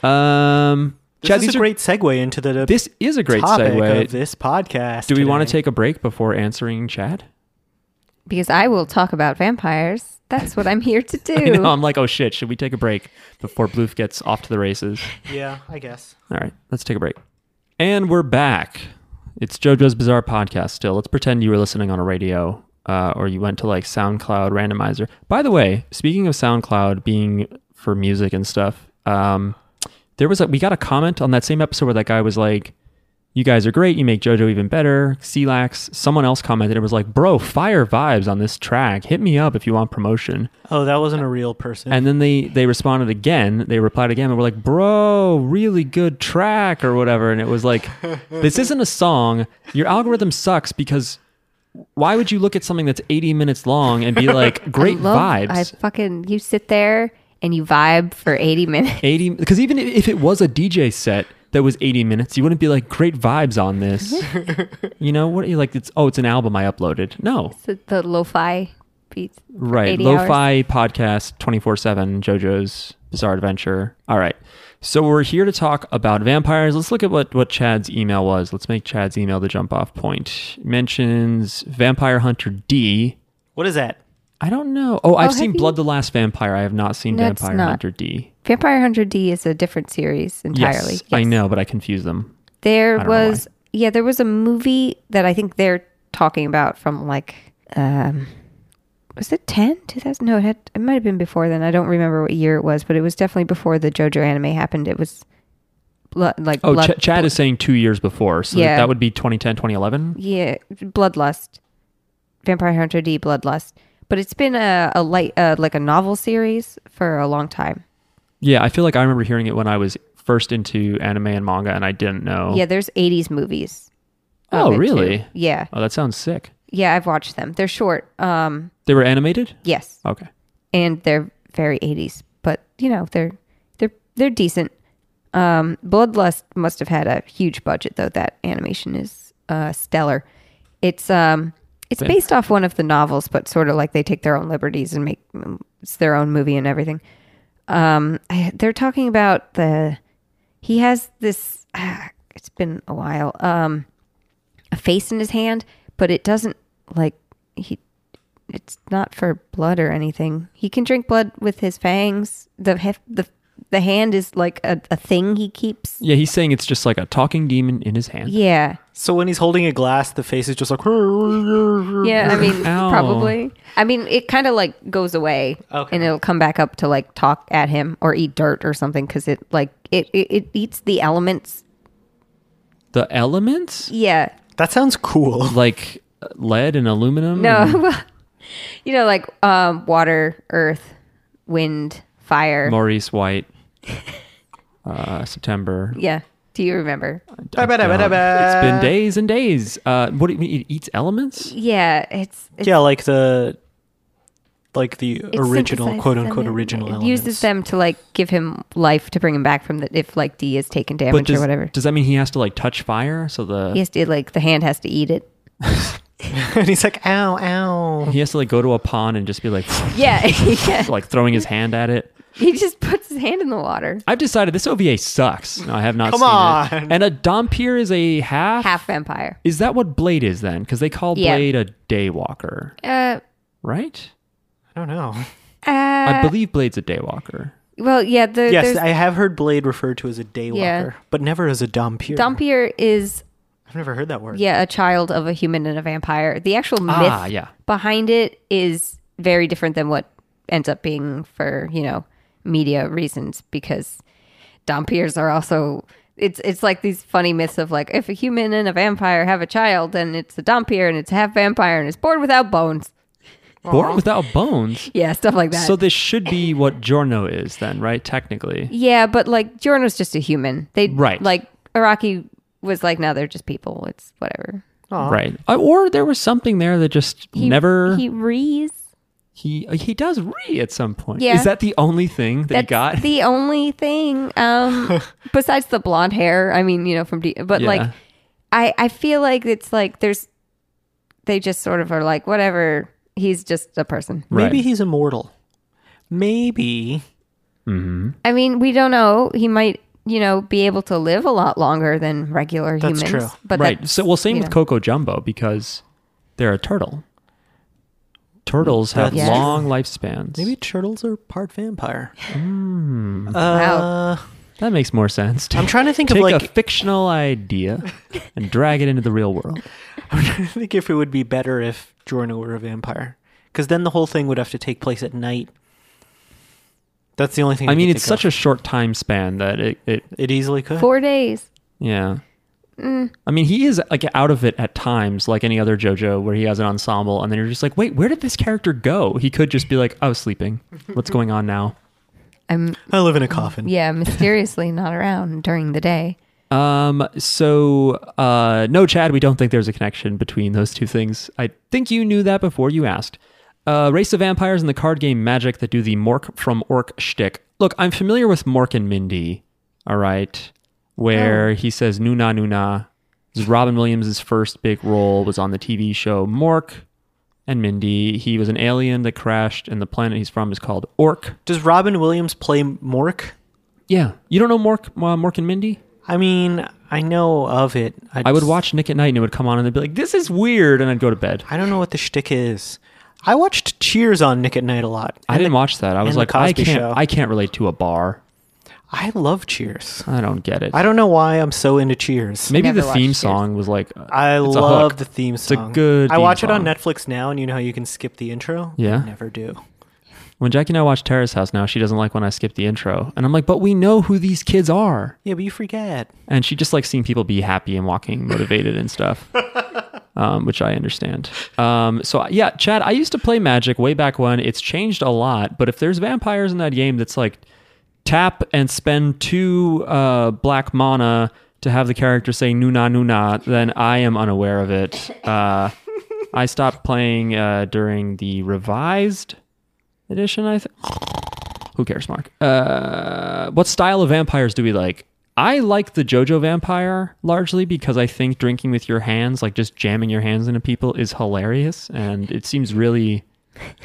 Um, This Chad, is these a are- great segue into the This is a great topic segue. of this podcast. Do we want to today. take a break before answering Chad? because I will talk about vampires. That's what I'm here to [LAUGHS] I know, do. I'm like, oh shit, should we take a break before Bloof gets off to the races? Yeah, I guess. All right, let's take a break. And we're back. It's JoJo's Bizarre Podcast still. Let's pretend you were listening on a radio uh, or you went to like SoundCloud Randomizer. By the way, speaking of SoundCloud being for music and stuff, um, there was a, we got a comment on that same episode where that guy was like, you guys are great. You make JoJo even better. Celax. Someone else commented and was like, bro, fire vibes on this track. Hit me up if you want promotion. Oh, that wasn't a real person. And then they they responded again. They replied again, and were like, "Bro, really good track or whatever." And it was like, "This isn't a song. Your algorithm sucks because why would you look at something that's 80 minutes long and be like, great I love- vibes?" I fucking you sit there and you vibe for 80 [LAUGHS] minutes. 80 because even if it was a DJ set that was 80 minutes, you wouldn't be like, "Great vibes on [LAUGHS] this." you know what? You like it's oh, it's an album I uploaded. No, The, the lo-fi beats. for Right. 80 hours. Lo-fi podcast 24/7 JoJo's Bizarre Adventure. All right. So we're here to talk about vampires. Let's look at what what Chad's email was. Let's make Chad's email the jump off point. Mentions Vampire Hunter D. what is that? I don't know. Oh, I've have seen you- Blood the Last Vampire. I have not seen No, it's Vampire not. Hunter D. Vampire Hunter D is a different series entirely. Yes, I know, but I confuse them. There don't know why. was yeah, there was a movie that I think they're talking about from like um was it 10 2000 no it had it might have been before then i don't remember what year it was but it was definitely before the jojo anime happened it was blo- like Oh, blood, Ch- Chad is saying 2 years before. So Yeah. that would be 2010, 2011. yeah bloodlust vampire hunter d bloodlust but it's been a, a light uh, like a novel series for a long time Yeah, I feel like I remember hearing it when I was first into anime and manga and I didn't know. yeah there's 80s movies of Oh, it, too. really? yeah Oh, that sounds sick. yeah i've watched them they're short um They were animated? yes Okay. and they're very 80s but you know they're they're they're decent um bloodlust must have had a huge budget though that animation is uh stellar it's um it's based off one of the novels but sort of like they take their own liberties and make mm, it's their own movie and everything um I, they're talking about the he has this ah, it's been a while um a face in his hand but it doesn't like he it's not for blood or anything. He can drink blood with his fangs. The hef- the the hand is like a, a thing he keeps. Yeah, he's saying it's just like a talking demon in his hand. Yeah. So when he's holding a glass, the face is just like. [LAUGHS] Yeah. Yeah, I mean, Ow. probably. I mean, it kind of like goes away, Okay. and it'll come back up to like talk at him or eat dirt or something because it like it, it it eats the elements. The elements Yeah, That sounds cool. like lead and aluminum. and no, [LAUGHS] you know, like um, water, earth, wind, fire. Maurice White. [LAUGHS] Uh, September. yeah, do you remember? I don't- It's been days and days. Uh, what do you mean? It eats elements? Yeah, it's, it's Yeah, like the. Like the it original, synthesizes quote them unquote, and original It elements. uses them to like give him life to bring him back from the if like D is taken damage But does, or whatever. does that mean he has to like touch fire? So the He has to like the hand has to [LAUGHS] eat it. and he's like, ow, ow. he has to like go to a pond and just be like, [LAUGHS] Yeah, [LAUGHS] yeah. like throwing his hand at it. He just puts his hand in the water. I've decided this OVA sucks. No, I have not Come seen on. it. And a Dompier is a half. Half vampire. Is that what Blade is then? Because they call Yeah. Blade a daywalker, Uh, right? I don't know. I uh believe Blade's a daywalker. well, yeah. The, Yes, there's, I have heard Blade referred to as a daywalker, Yeah. but never as a dompier. Dompier is I've never heard that word. yeah a child of a human and a vampire. The actual myth Ah, yeah. behind it is very different than what ends up being for you know media reasons because Dompiers are also. It's, it's like these funny myths of like if a human and a vampire have a child then it's a dompier and it's half vampire and it's born without bones Born without bones. yeah stuff like that So this should be what Giorno is then, right? Technically. Yeah, but like Giorno's just a human. They Right. Like Iraqi was like, no, they're just people. It's whatever. Right. Uh, Or there was something there that just He, never he he, rees. he does re at some point. Yeah. Is that the only thing that That's he got? the only thing. [LAUGHS] Um, besides the blonde hair. I mean, you know, from D- but Yeah. like, I I feel like it's like there's they just sort of are like whatever. He's just a person. Maybe [LAUGHS] Right. he's immortal. Maybe. I mean, we don't know. He might you know be able to live a lot longer than regular That's humans. true. But right. that's- So well, same you with know. Coco Jumbo because they're a turtle. Turtles have That's true. long lifespans. Maybe turtles are part vampire. Uh, Wow. that makes more sense. I'm trying to think of Hmm. Take like [LAUGHS] a [LAUGHS] fictional idea and drag it into the real world. I'm trying to think if it would be better if Jorno were a vampire, because then the whole thing would have to take place at night. That's the only thing. I mean, it's such a short time span that it, it It easily could. four days. yeah. Mm. I mean, he is like out of it at times, like any other JoJo, where he has an ensemble, and then you're just like, wait, where did this character go? He could just be like, I was sleeping. What's going on now? I'm I live in a coffin. yeah mysteriously [LAUGHS] not around during the day. Um, so uh, no, Chad, we don't think there's a connection between those two things. I think you knew that before you asked. Uh, race of vampires in the card game Magic that do the Mork from Orc shtick. Look, I'm familiar with Mork and Mindy. All right, where he says "Nuna Nuna." This is Robin Williams' first big role was on the TV show Mork and Mindy. He was an alien that crashed, and the planet he's from is called Orc. Does Robin Williams play Mork? Yeah, you don't know Mork, uh, Mork and Mindy? I mean, I know of it. I would just- watch Nick at Night and it would come on and they'd be like, "This is weird," and I'd go to bed. I don't know what the shtick is. I watched Cheers on Nick at Night a lot. I didn't watch that. I was the like, "I Cosby can't, Show. I can't relate to a bar. I love Cheers. I don't get it." I don't know why I'm so into Cheers. Maybe Never the theme watched song was like, uh, I it's a love hook. the theme a song. good I theme watch it on song. Netflix now, and you know how you can skip the intro. Yeah. I never do. When Jackie and I watch Terrace House now, she doesn't like when I skip the intro, and I'm like, "But we know who these kids are," Yeah, but you forget. and she just likes seeing people be happy and walking motivated and stuff. Um, which I understand. Um, so yeah, Chad, I used to play Magic way back when. It's changed a lot, but if there's vampires in that game, that's like tap and spend two uh, black mana to have the character say "nuna nuna," then I am unaware of it. Uh, I stopped playing uh, during the revised edition. I think. Who cares, Mark? Uh, what style of vampires do we like? I like the JoJo vampire largely because I think drinking with your hands, like just jamming your hands into people, is hilarious and it seems really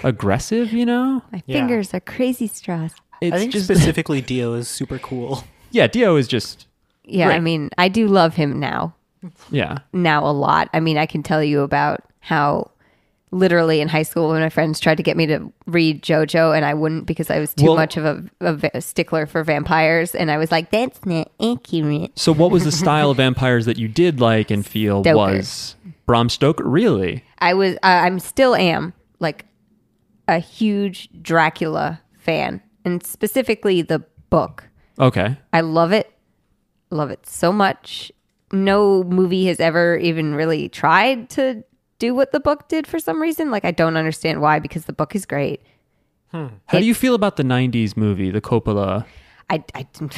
aggressive. You know, My Yeah. fingers are crazy straws. it's I think just specifically Dio is super cool. yeah. Dio is just Yeah, I Right. mean, I do love him now. yeah. Now a lot. I mean, I can tell you about how literally in high school when my friends tried to get me to read JoJo and I wouldn't because I was too Well- much of a, a va- stickler for vampires and I was like, that's not accurate. So, what was the style of vampires that you did like and feel Stoker. was Bram Stoker? Really? I was, I I'm still am like a huge Dracula fan and specifically the book. Okay. I love it. Love it so much. No movie has ever even really tried to do what the book did for some reason. Like, I don't understand why because the book is great. How do you feel about the '90s movie, the Coppola? I, I [LAUGHS] didn't-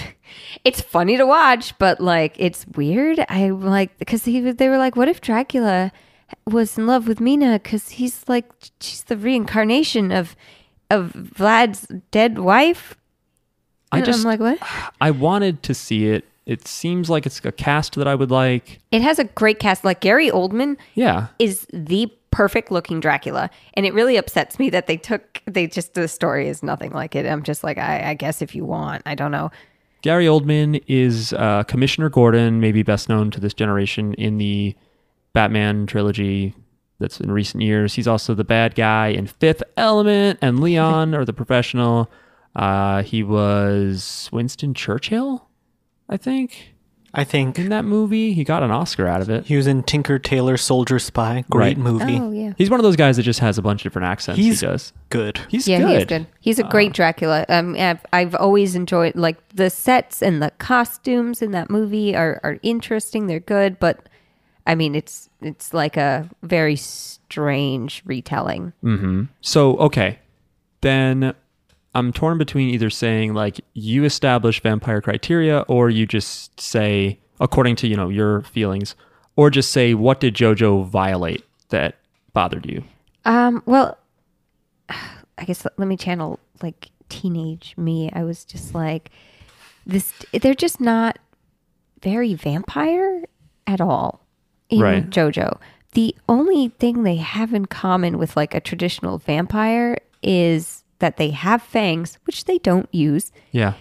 it's funny to watch, but like, it's weird. I like, because he, was- they were like, what if Dracula was in love with Mina? Because he's like, she's the reincarnation of, of Vlad's dead wife. I And just, I'm like, what? I wanted to see it. It seems like it's a cast that I would like. It has a great cast. Like, Gary Oldman Yeah. is the perfect looking Dracula. And it really upsets me that they took, they just, the story is nothing like it. I'm just like, I, I guess if you want, I don't know. Gary Oldman is uh, Commissioner Gordon, maybe best known to this generation in the Batman trilogy that's in recent years. He's also the bad guy in Fifth Element and Leon, or the professional. Uh, he was Winston Churchill, I think, I think in that movie. He got an Oscar out of it. he was in Tinker Tailor Soldier Spy. Right. Great movie. Oh, yeah. He's one of those guys that just has a bunch of different accents. He's- he does. Good. He's yeah, good. he's good. He's a great Dracula. Um, I've, I've always enjoyed like the sets and the costumes in that movie are, are interesting. They're good, but I mean, it's it's like a very strange retelling. So, okay. Then I'm torn between either saying like you establish vampire criteria or you just say according to, you know, your feelings or just say what did JoJo violate that bothered you? Um, well, [SIGHS] I guess let, let me channel like teenage me. I was just like, this. They're just not very vampire at all in Right. JoJo. The only thing they have in common with like a traditional vampire is that they have fangs, which they don't use, Yeah.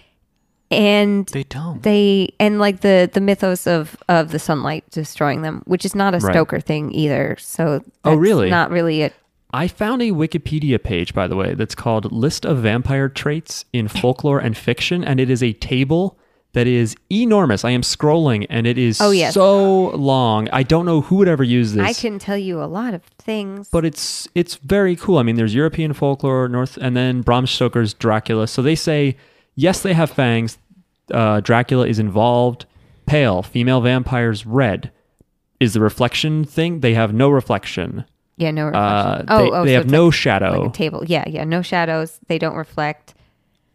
and They don't. they and like the the mythos of of the sunlight destroying them, which is not a Right. Stoker thing either. So Oh, that's really? Not really a I found a Wikipedia page by the way that's called List of Vampire Traits in Folklore and Fiction and it is a table that is enormous. I am scrolling and it is Oh, yes. so long. I don't know who would ever use this. I can tell you a lot of things. but it's it's very cool. I mean, there's European folklore, North, and then Bram Stoker's Dracula. So they say, yes, they have fangs. Uh, Dracula is involved. Pale female vampires. Red is the reflection thing. They have no reflection. yeah, Uh, no reflection. Oh, they they so have it's no like- shadow. like a table. Yeah, yeah, no shadows. They don't reflect.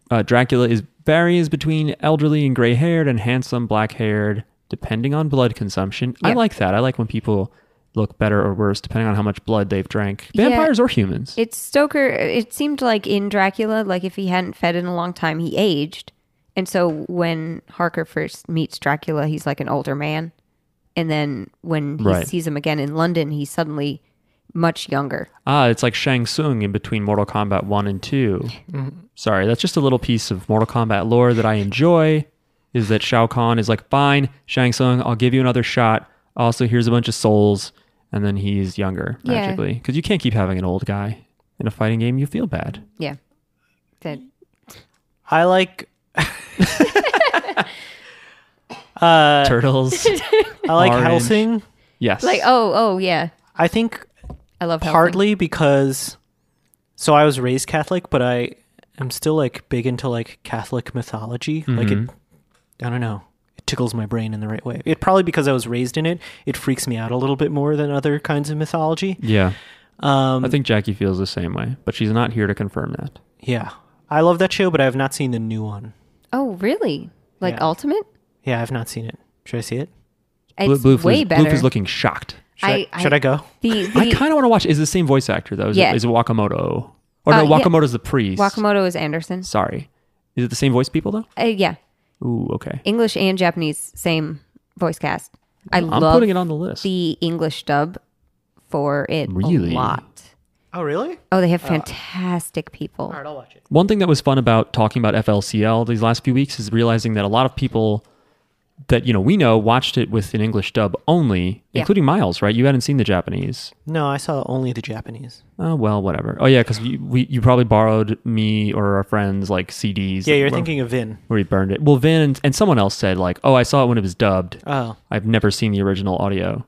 uh, Dracula is varies between elderly and gray haired and handsome black haired, depending on blood consumption. I Yeah. like that. I like when people look better or worse depending on how much blood they've drank. Yeah. Vampires or humans. It's Stoker. It seemed like in Dracula, like if he hadn't fed in a long time, he aged. And so when Harker first meets Dracula, he's like an older man. And then when he Right. sees him again in London, he's suddenly much younger. Ah, it's like Shang Tsung in between Mortal Kombat 1 and 2. Sorry, that's just a little piece of Mortal Kombat lore that I enjoy is that Shao Kahn is like, fine, Shang Tsung, I'll give you another shot. Also, here's a bunch of souls. And then he's younger Yeah. magically. Because you can't keep having an old guy in a fighting game. You feel bad. Yeah. That I like. [LAUGHS] Turtles. I like Orange. Helsing. yes. like oh oh yeah. I think I love Helsing. partly because so I was raised Catholic, but I am still like big into like Catholic mythology. Like it I don't know. It tickles my brain in the right way. It probably because I was raised in it, it freaks me out a little bit more than other kinds of mythology. yeah. Um I think Jackie feels the same way, but she's not here to confirm that. yeah. I love that show, but I have not seen the new one. Oh really? Like Yeah. Ultimate? Yeah, I've not seen it. Should I see it? It's Blue, Bloof way is, better. Bloof is looking shocked. Should I, I- should I- I go? the, I the- kind of want to watch. Is it the same voice actor though? Is, Yeah. it, is it Wakamoto? Or Uh, no, yeah. Wakamoto's the priest. Wakamoto is Anderson. Sorry. Is it the same voice people though? Uh, yeah, Ooh, okay. English and Japanese, same voice cast. I I'm love putting it on the list. the English dub for it Really? Uh, a lot. Oh really? Oh, they have fantastic people. I'll watch it. One thing that was fun about talking about FLCL these last few weeks is realizing that a lot of people that you know we know watched it with an English dub only, Yeah. including Miles. Right? You hadn't seen the Japanese. No, I saw only the Japanese. Oh well, whatever. Oh yeah, because you, we you probably borrowed me or our friends like CDs. Yeah, you're where- thinking of Vin. where he burned it. Well, Vin and, and someone else said like, oh, I saw it when it was dubbed. Oh I've never seen the original audio.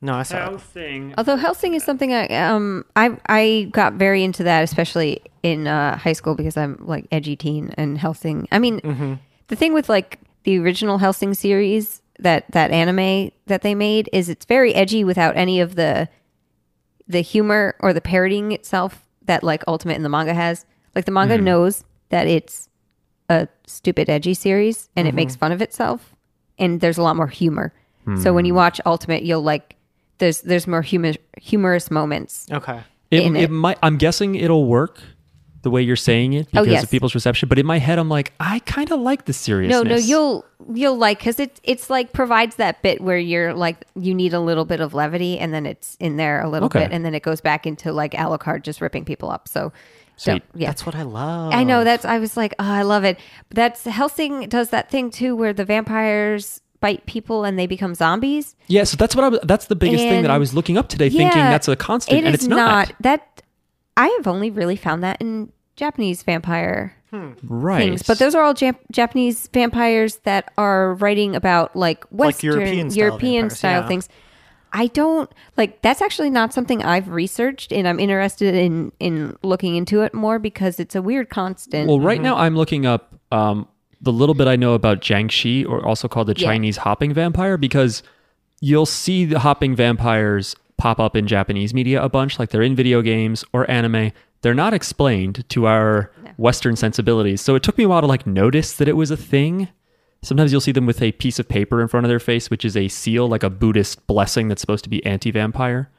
no, I saw. It. Helsing. Although Helsing is something I um I I got very into that, especially in uh, high school because I'm like edgy teen and Helsing. I mean, the thing with like the original Helsing series that that anime that they made is it's very edgy without any of the the humor or the parodying itself that like Ultimate in the manga has. Like the manga knows that it's a stupid edgy series and it makes fun of itself and there's a lot more humor. So when you watch Ultimate, you'll like there's there's more humor humorous moments. Okay. It, in it. it. might. I'm guessing it'll work the way you're saying it Oh, because yes. of people's reception. But in my head, I'm like, I kind of like the No, seriousness. no, you'll you'll like because it it's like provides that bit where you're like you need a little bit of levity and then it's in there a little Okay. bit and then it goes back into like Alucard just ripping people up. So Sweet. don't- yeah, That's what I love. I know that's I was like, oh, I love it. But that's Helsing does that thing too where the vampires bite people and they become zombies. Yeah, so that's what I was, that's the biggest thing that I And- was looking up today, thinking that's a constant, it and is it's not. That I have only really found that in Japanese vampire Right, things, but those are all Jap- Japanese vampires that are writing about like Western European European style style, vampires, yeah. things. I don't like that's actually not something I've researched, and I'm interested in in looking into it more because it's a weird constant. well, right now I'm looking up um, the little bit I know about Jiangxi, or also called the Yeah. Chinese hopping vampire, because you'll see the hopping vampires pop up in Japanese media a bunch, like they're in video games or anime. They're not explained to our Western sensibilities, so it took me a while to like notice that it was a thing. Sometimes you'll see them with a piece of paper in front of their face, which is a seal, like a Buddhist blessing that's supposed to be anti-vampire.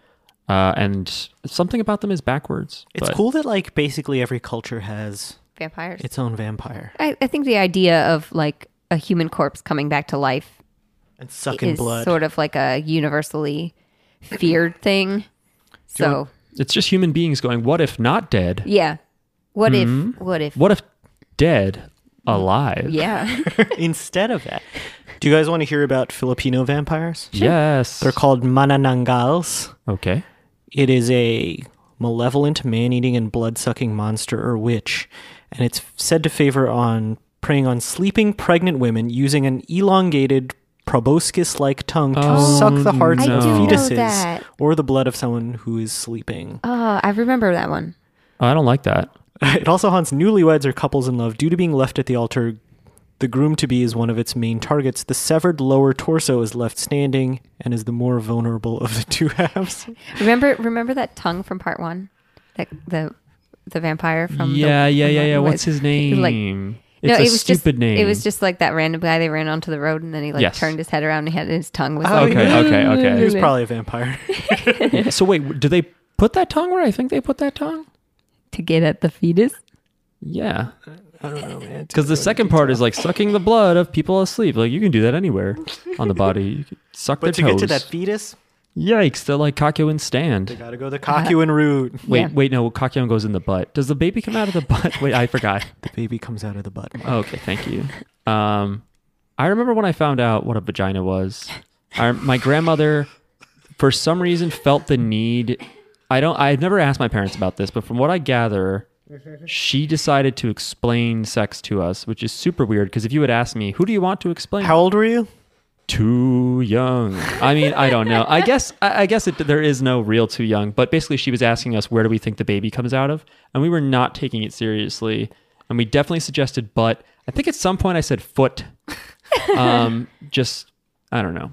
Uh, and something about them is backwards. It's but- cool that like basically every culture has vampires. its own vampire I, I think the idea of like a human corpse coming back to life and sucking is blood. sort of like a universally feared thing. So It's just human beings going, what if not dead? yeah, what if? What if? Hmm? What if dead alive? Yeah. [LAUGHS] [LAUGHS] Instead of that, do you guys want to hear about Filipino vampires? Yes. They're called mananangals. okay. It is a malevolent, man eating, and blood sucking monster or witch, and it's said to favor on preying on sleeping pregnant women using an elongated proboscis like tongue to Oh, suck the hearts I of do know fetuses that. or the blood of someone who is sleeping. Oh, I remember that one. Oh, I don't like that. It also haunts newlyweds or couples in love due to being left at the altar. The groom to be is one of its main targets. The severed lower torso is left standing and is the more vulnerable of the two [LAUGHS] halves. Remember, remember that tongue from part one, that the the vampire from the- yeah, yeah, from yeah, the- yeah. was- What's his he, name? Like, it's no, a it was stupid just, name. It was just like that random guy they ran onto the road, and then he like Yes. turned his head around and he had his tongue was like, Okay, okay, Oh, He was okay. probably a vampire. [LAUGHS] so wait, do they put that tongue where I think they put that tongue? to get at the fetus. Yeah. [LAUGHS] Because the second part is like sucking the blood of people asleep. Like you can do that anywhere on the body. You can suck But to their get toes. to that fetus, Yikes! They're like Kakyoin they stand. gotta go the Kakuin route. Wait, Yeah. wait, no. Kakyoin goes in the butt. Does the baby come out of the butt? [LAUGHS] Wait, I forgot. The [LAUGHS] baby comes out of the butt. Oh, Okay, thank you. Um, I remember when I found out what a vagina was. I, my grandmother, for some reason, felt the need. I don't. I've never asked my parents about this, but from what I gather, she decided to explain sex to us, which is super weird. Because if you had asked me, who do you want to explain? How old were you? [LAUGHS] too young. I mean, I don't know. I guess I, I guess it, there is no real too young. But basically, she was asking us where do we think the baby comes out of, and we were not taking it seriously. And we definitely suggested butt. I think at some point I said [LAUGHS] foot. Um, just I don't know.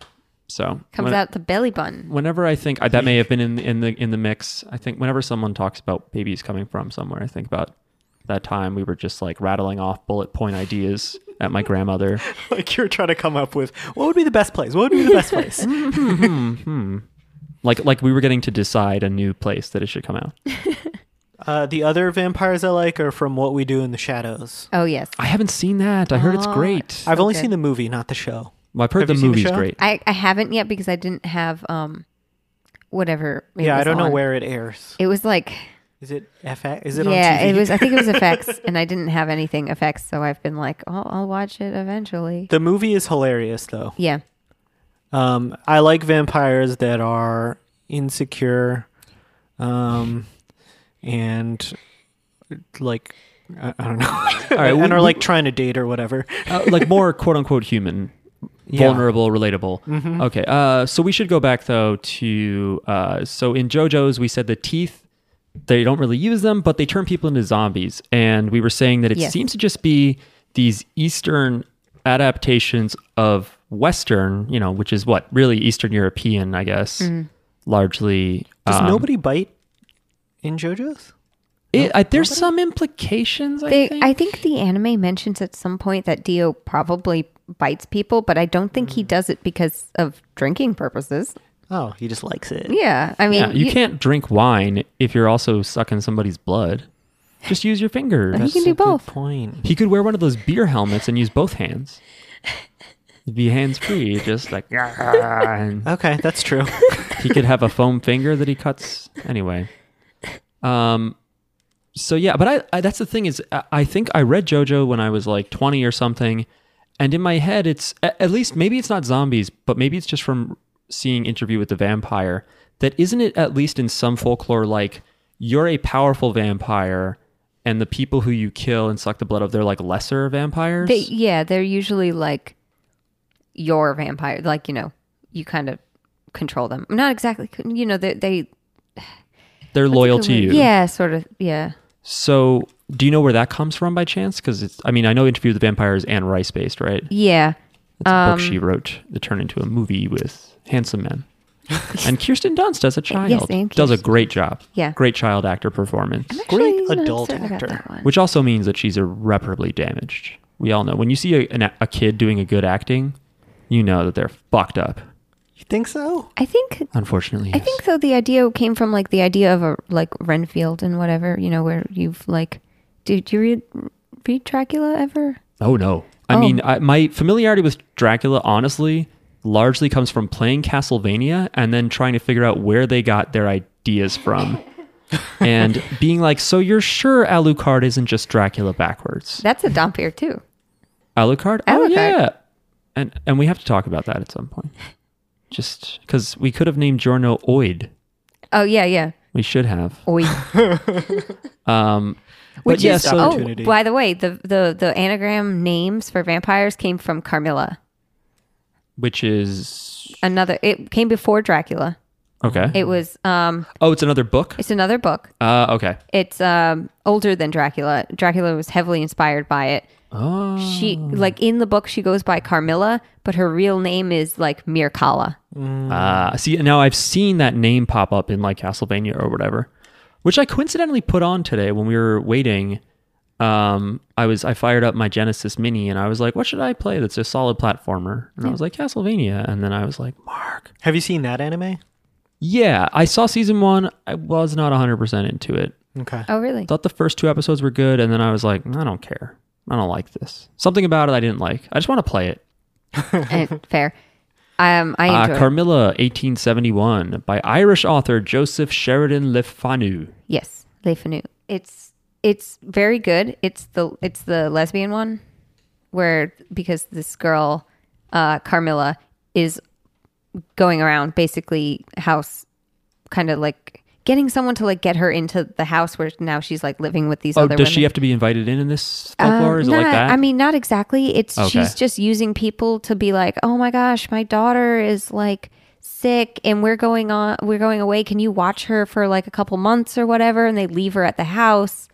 So Comes when- out the belly button. Whenever I think I, that may have been in in the in the mix, I think whenever someone talks about babies coming from somewhere, I think about that time we were just like rattling off bullet point ideas at my grandmother. Like you were trying to come up with what would be the best place? What would be the best place? like like we were getting to decide a new place that it should come out. uh, the other vampires I like are from What We Do in the Shadows. Oh yes, I haven't seen that. I heard it's Oh. great. I've only good. seen the movie, not the show. Well, I've heard Have the you seen the movie's show? [LAUGHS] great. I, I haven't yet because I didn't have um whatever. it yeah, I was don't know on. where it airs. it was like Is it FX? Is it yeah, on TV? it was. I [LAUGHS] think it was effects, and I didn't have anything effects, so I've been like, oh, I'll watch it eventually. the movie is hilarious though. Yeah, Um, I like vampires that are insecure, um, and like I, I [LAUGHS] don't know, right, and we- are we- like trying to date or whatever. uh, like more quote unquote human, Yeah. Mm-hmm. vulnerable, relatable. Okay, uh, so we should go back though to uh, so in JoJo's we said the teeth they don't really use them, but they turn people into zombies, and we were saying that it Yes. seems to just be these Eastern adaptations of Western, you know, which is what really Eastern European, I guess, largely. Does um, nobody bite in JoJo's? it- I- there's some implications. I they, think. I think the anime mentions at some point that Dio probably bites people, but I don't think Mm. he does it because of drinking purposes. Oh, he just likes it. Yeah, I mean, Yeah, you, can't drink wine if you're also sucking somebody's blood. Just use your fingers. You can do a good both. point. He could wear one of those beer helmets and use both hands. He'd be hands free, just like. [LAUGHS] and Okay, that's true. he could have a foam finger that he cuts anyway. Um, so yeah, but I, I that's the thing is I, I think I read JoJo when I was like 20 or something, and in my head it's a- at least maybe it's not zombies, but maybe it's just from seeing Interview with the Vampire. That isn't it at least in some folklore like you're a powerful vampire. And the people who you kill and suck the blood of, they're like lesser vampires. They, yeah, they're usually like your vampire. Like you know, you kind of control them. Not exactly. You know, they they they're loyal to you. Yeah, sort of. Yeah. So, do you know where that comes from by chance? Because it's, I mean, I know Interview with the Vampire is Anne Rice based, right? Yeah. It's a book Um, she wrote that turned into a movie with handsome [LAUGHS] men. and Kirsten Dunst does a child. and does a Kirsten. great job. Yeah. Great child actor performance, Great Actually, I'm adult upset about actor. that one. which also means that she's irreparably damaged. We all know when you see a, an, a kid doing a good acting, you know that they're fucked up. [LAUGHS] You think so? I think Unfortunately, I yes. think though the idea came from like the idea of a like Renfield and whatever you know where you've like did you read read Dracula ever? Oh no! I Oh. mean, I, my familiarity with Dracula, honestly, largely comes from playing Castlevania and then trying to figure out where they got their ideas [LAUGHS] from, and being like, "So you're sure Alucard isn't just Dracula backwards? That's a Dompier too. Alucard? Oh Alucard. yeah." And and we have to talk about that at some point, just because we could have named Giorno Oid. Oh yeah, yeah. We should have. [LAUGHS] Oi. Um, Which but yeah, is so oh Opportunity. by the way the the the anagram names for vampires came from Carmilla. which is Another it came before Dracula. okay. It was um oh, it's another book. it's another book. Uh, okay. It's um older than Dracula. Dracula was heavily inspired by it. Oh. She like in the book she goes by Carmilla, but her real name is like Mirkala. Ah, see, now I've seen that name pop up in like Castlevania or whatever, which I coincidentally put on today when we were waiting. Um, I was I fired up my Genesis Mini and I was like, what should I play that's a solid platformer? And I was like Castlevania, and then I was like, Mark, Have you seen that anime? yeah, I saw season one. I was not hundred percent into it. Okay. Oh really? Thought the first two episodes were good, and then I was like, I don't care. I don't like this. Something about it I didn't like. I just want to play it. and Eh, fair. Um, I Uh, enjoy. Carmilla, 1871, by Irish author Joseph Sheridan Le Fanu. yes, Les Fanu. It's it's very good. It's the it's the lesbian one where because this girl uh, Carmilla is going around basically house kind of like getting someone to like get her into the house where now she's like living with these Oh, other does women. she have to be invited in in this Um, folklore? Is it like not- that? I mean, not exactly. It's Okay. she's just using people to be like, oh my gosh, my daughter is like sick, and we're going on, we're going away. Can you watch her for like a couple months or whatever? And they leave her at the house,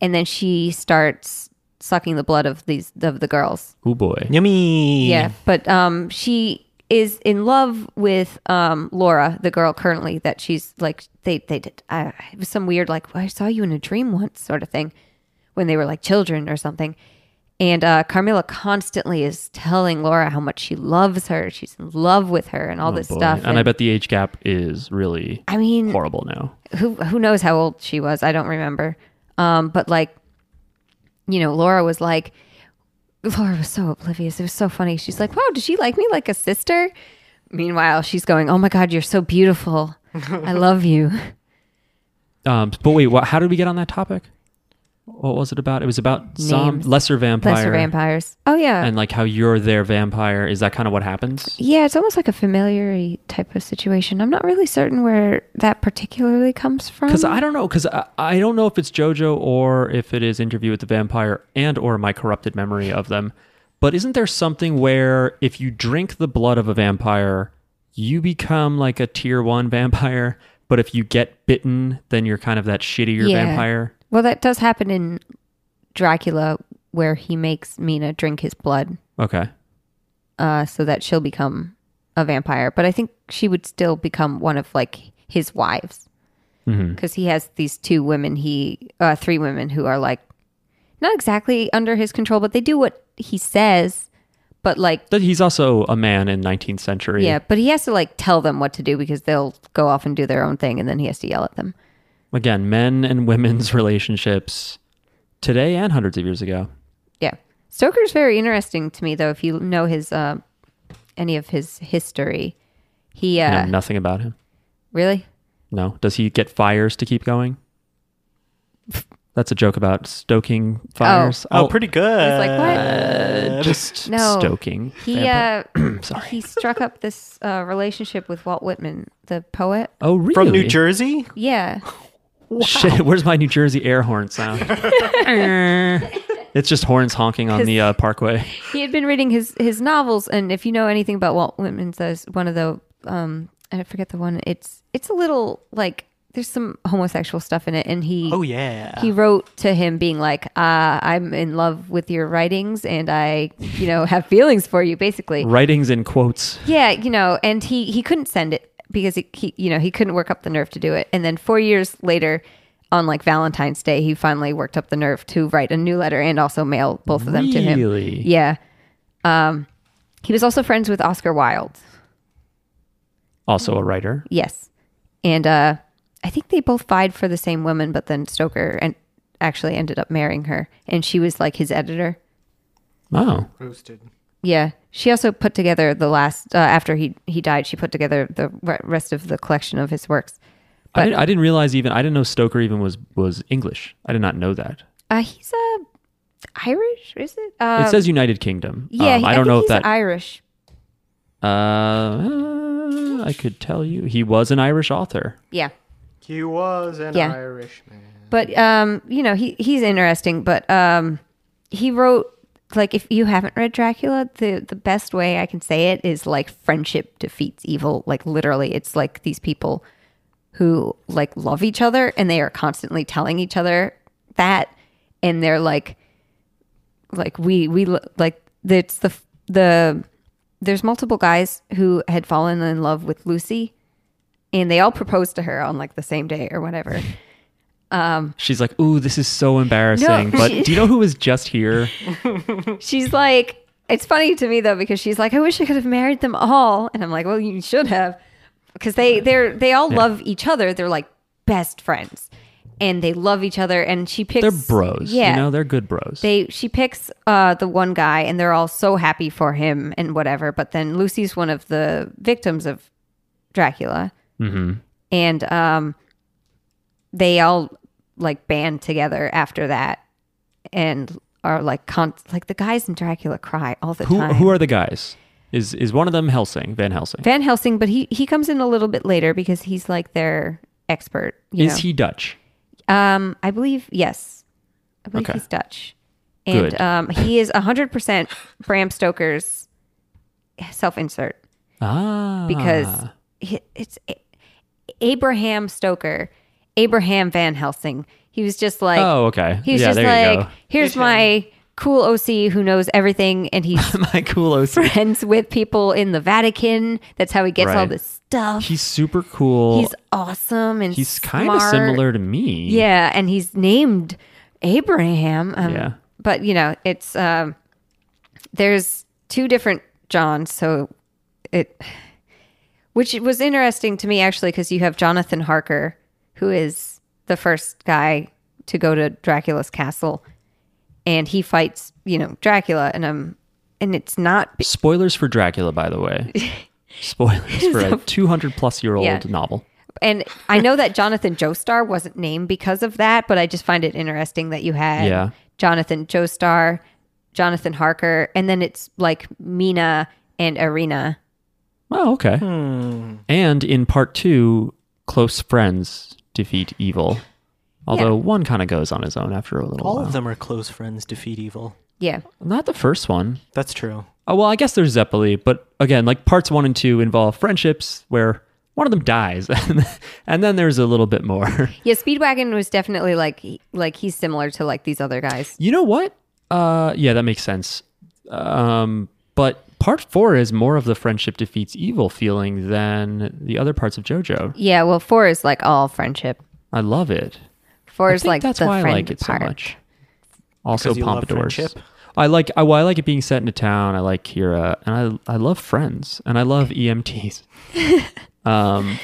and then she starts sucking the blood of these of the girls. oh boy. Yummy. Yeah, but um, she is in love with um Laura, the girl currently that she's like they they did. I, it was some weird like I saw you in a dream once sort of thing when they were like children or something. And uh, Carmilla constantly is telling Laura how much she loves her. She's in love with her and all Oh, this boy. stuff. And, I bet the age gap is really I mean, horrible now. who who knows how old she was? I don't remember. Um, but like, you know, Laura was like, Laura was so oblivious. It was so funny. She's like, "Wow, does she like me like a sister?" Meanwhile, she's going, "Oh my God, you're so beautiful. I love you." Um, but wait, what, how did we get on that topic? What was it about? It was about some Names. lesser vampire, Lesser vampires. Oh yeah, and like how you're their vampire. Is that kind of what happens? yeah. It's almost like a familiar type of situation. I'm not really certain where that particularly comes from. Because I don't know. Because I, I don't know if it's JoJo or if it is Interview with the Vampire and or my corrupted memory of them. But isn't there something where if you drink the blood of a vampire, you become like a tier one [LAUGHS] vampire? But if you get bitten, then you're kind of that shittier Yeah. vampire. well, that does happen in Dracula, where he makes Mina drink his blood, Okay. uh, so that she'll become a vampire. But I think she would still become one of like his wives, because he has these two women, he uh, three women who are like not exactly under his control, but they do what he says. But like But he's also a man in 19th century. Yeah, but he has to like tell them what to do because they'll go off and do their own thing and then he has to yell at them. Again, men and women's [LAUGHS] relationships today and hundreds of years ago. Yeah. Stoker's very interesting to me though if you know his uh any of his history. He uh I know nothing about him. really? No. Does he get fires to keep going? That's a joke about stoking fires. Oh, I'll- pretty good. He's like, "What?" just No. stoking. He vampire- [CLEARS THROAT] uh Sorry. he struck up this uh relationship with Walt Whitman, the [LAUGHS] poet. oh, really? From New Jersey? Yeah. [LAUGHS] Shit, where's my New Jersey air horn sound? [LAUGHS] it's just horns honking on the uh, parkway. he had been reading his his novels, and if you know anything about Walt Whitman, there's one of the um, and I forget the one. It's it's a little like there's some homosexual stuff in it, and he Oh yeah. he wrote to him being like, uh, "I'm in love with your writings, and I you know have feelings for you." Basically, Writings in quotes. yeah, you know, and he he couldn't send it because he, he you know he couldn't work up the nerve to do it. And then four years later, on like Valentine's Day, he finally worked up the nerve to write a new letter and also mail both of them to him. Really? Yeah, um, he was also friends with Oscar Wilde. Also a writer. Yes, and uh, I think they both vied for the same woman, but then Stoker and actually ended up marrying her, and she was like his editor. Oh. Roasted. Yeah. She also put together the last uh, after he he died. She put together the re- rest of the collection of his works. I, didn't, I didn't realize even I didn't know Stoker even was was English. I did not know that. Uh, he's uh, Irish, is it? It Uh, says United Kingdom. yeah, Um, he- I don't think know if he's that. Irish. uh, I could tell you he was an Irish author. Yeah, He was an Yeah. Irishman. but um, you know he he's interesting. But um, he wrote like if you haven't read Dracula, the the best way I can say it is like friendship defeats evil. Like literally, it's like these people who like love each other and they are constantly telling each other that, and they're like like we we lo- like it's the the there's multiple guys who had fallen in love with Lucy and they all proposed to her on like the same day or whatever. She's like, "Ooh, this is so embarrassing." No, but [LAUGHS] she- do you know who was just here? [LAUGHS] She's like it's funny to me though because she's like I wish I could have married them all and I'm like well you should have because they they're they all love each other. They're like best friends and they love each other and she picks They're bros. Yeah. you know, they're good bros. they she picks uh the one guy and they're all so happy for him and whatever but then lucy's one of the victims of dracula mm-hmm. and um they all like band together after that and are like con- like the guys in dracula cry all the who time who are the guys? Is is one of them Helsing Van Helsing? van helsing but he he comes in a little bit later because he's like their expert you is know. he Dutch? Um, I believe yes. I believe Okay. he's Dutch, and Good. um, he is hundred percent Bram Stoker's self-insert Ah, because he- it's A- Abraham Stoker, Abraham Van Helsing. He was just like, oh, okay, he was yeah, just there you like, here's my cool OC who knows everything, and he's [LAUGHS] go. My cool OC. friends with people in the Vatican. That's how he gets all Right. this stuff. He's super cool. He's awesome and He's kind of smart. similar to me. Yeah, and he's named Abraham. Um, Yeah. But you know, it's um, there's two different Johns, so it, which was interesting to me actually, because you have Jonathan Harker, who is the first guy to go to Dracula's castle, and he fights, you know, Dracula, and um, and it's not [LAUGHS] Spoilers for Dracula, by the way. Spoilers for a 200 plus year old Yeah. novel. And I know that Jonathan Joestar wasn't named because of that, but I just find it interesting that you had Yeah. Jonathan Joestar, Jonathan Harker, and then it's like Mina and Arena. Oh, okay. And in part two, close friends defeat evil. Although one kind of goes on his own after a little All while. of them are close friends defeat evil. Yeah. Not the first one. That's true. Oh, well, I guess there's Zeppeli, but again, like parts one and two involve friendships where one of them dies, [LAUGHS] and then there's a little bit more. [LAUGHS] Yeah, Speedwagon was definitely like he- like he's similar to like these other guys. You know what? Uh, yeah, that makes sense. Um, but part four is more of the friendship defeats evil feeling than the other parts of JoJo. Yeah, well, four is like all friendship. I love it. Four I is think like that's the why I friend like it part. so much. Also, Because you love pompadours. friendship? I like. I, well, I like it being set in a town. I like Kira, and I I love friends, and I [LAUGHS] love EMTs. um,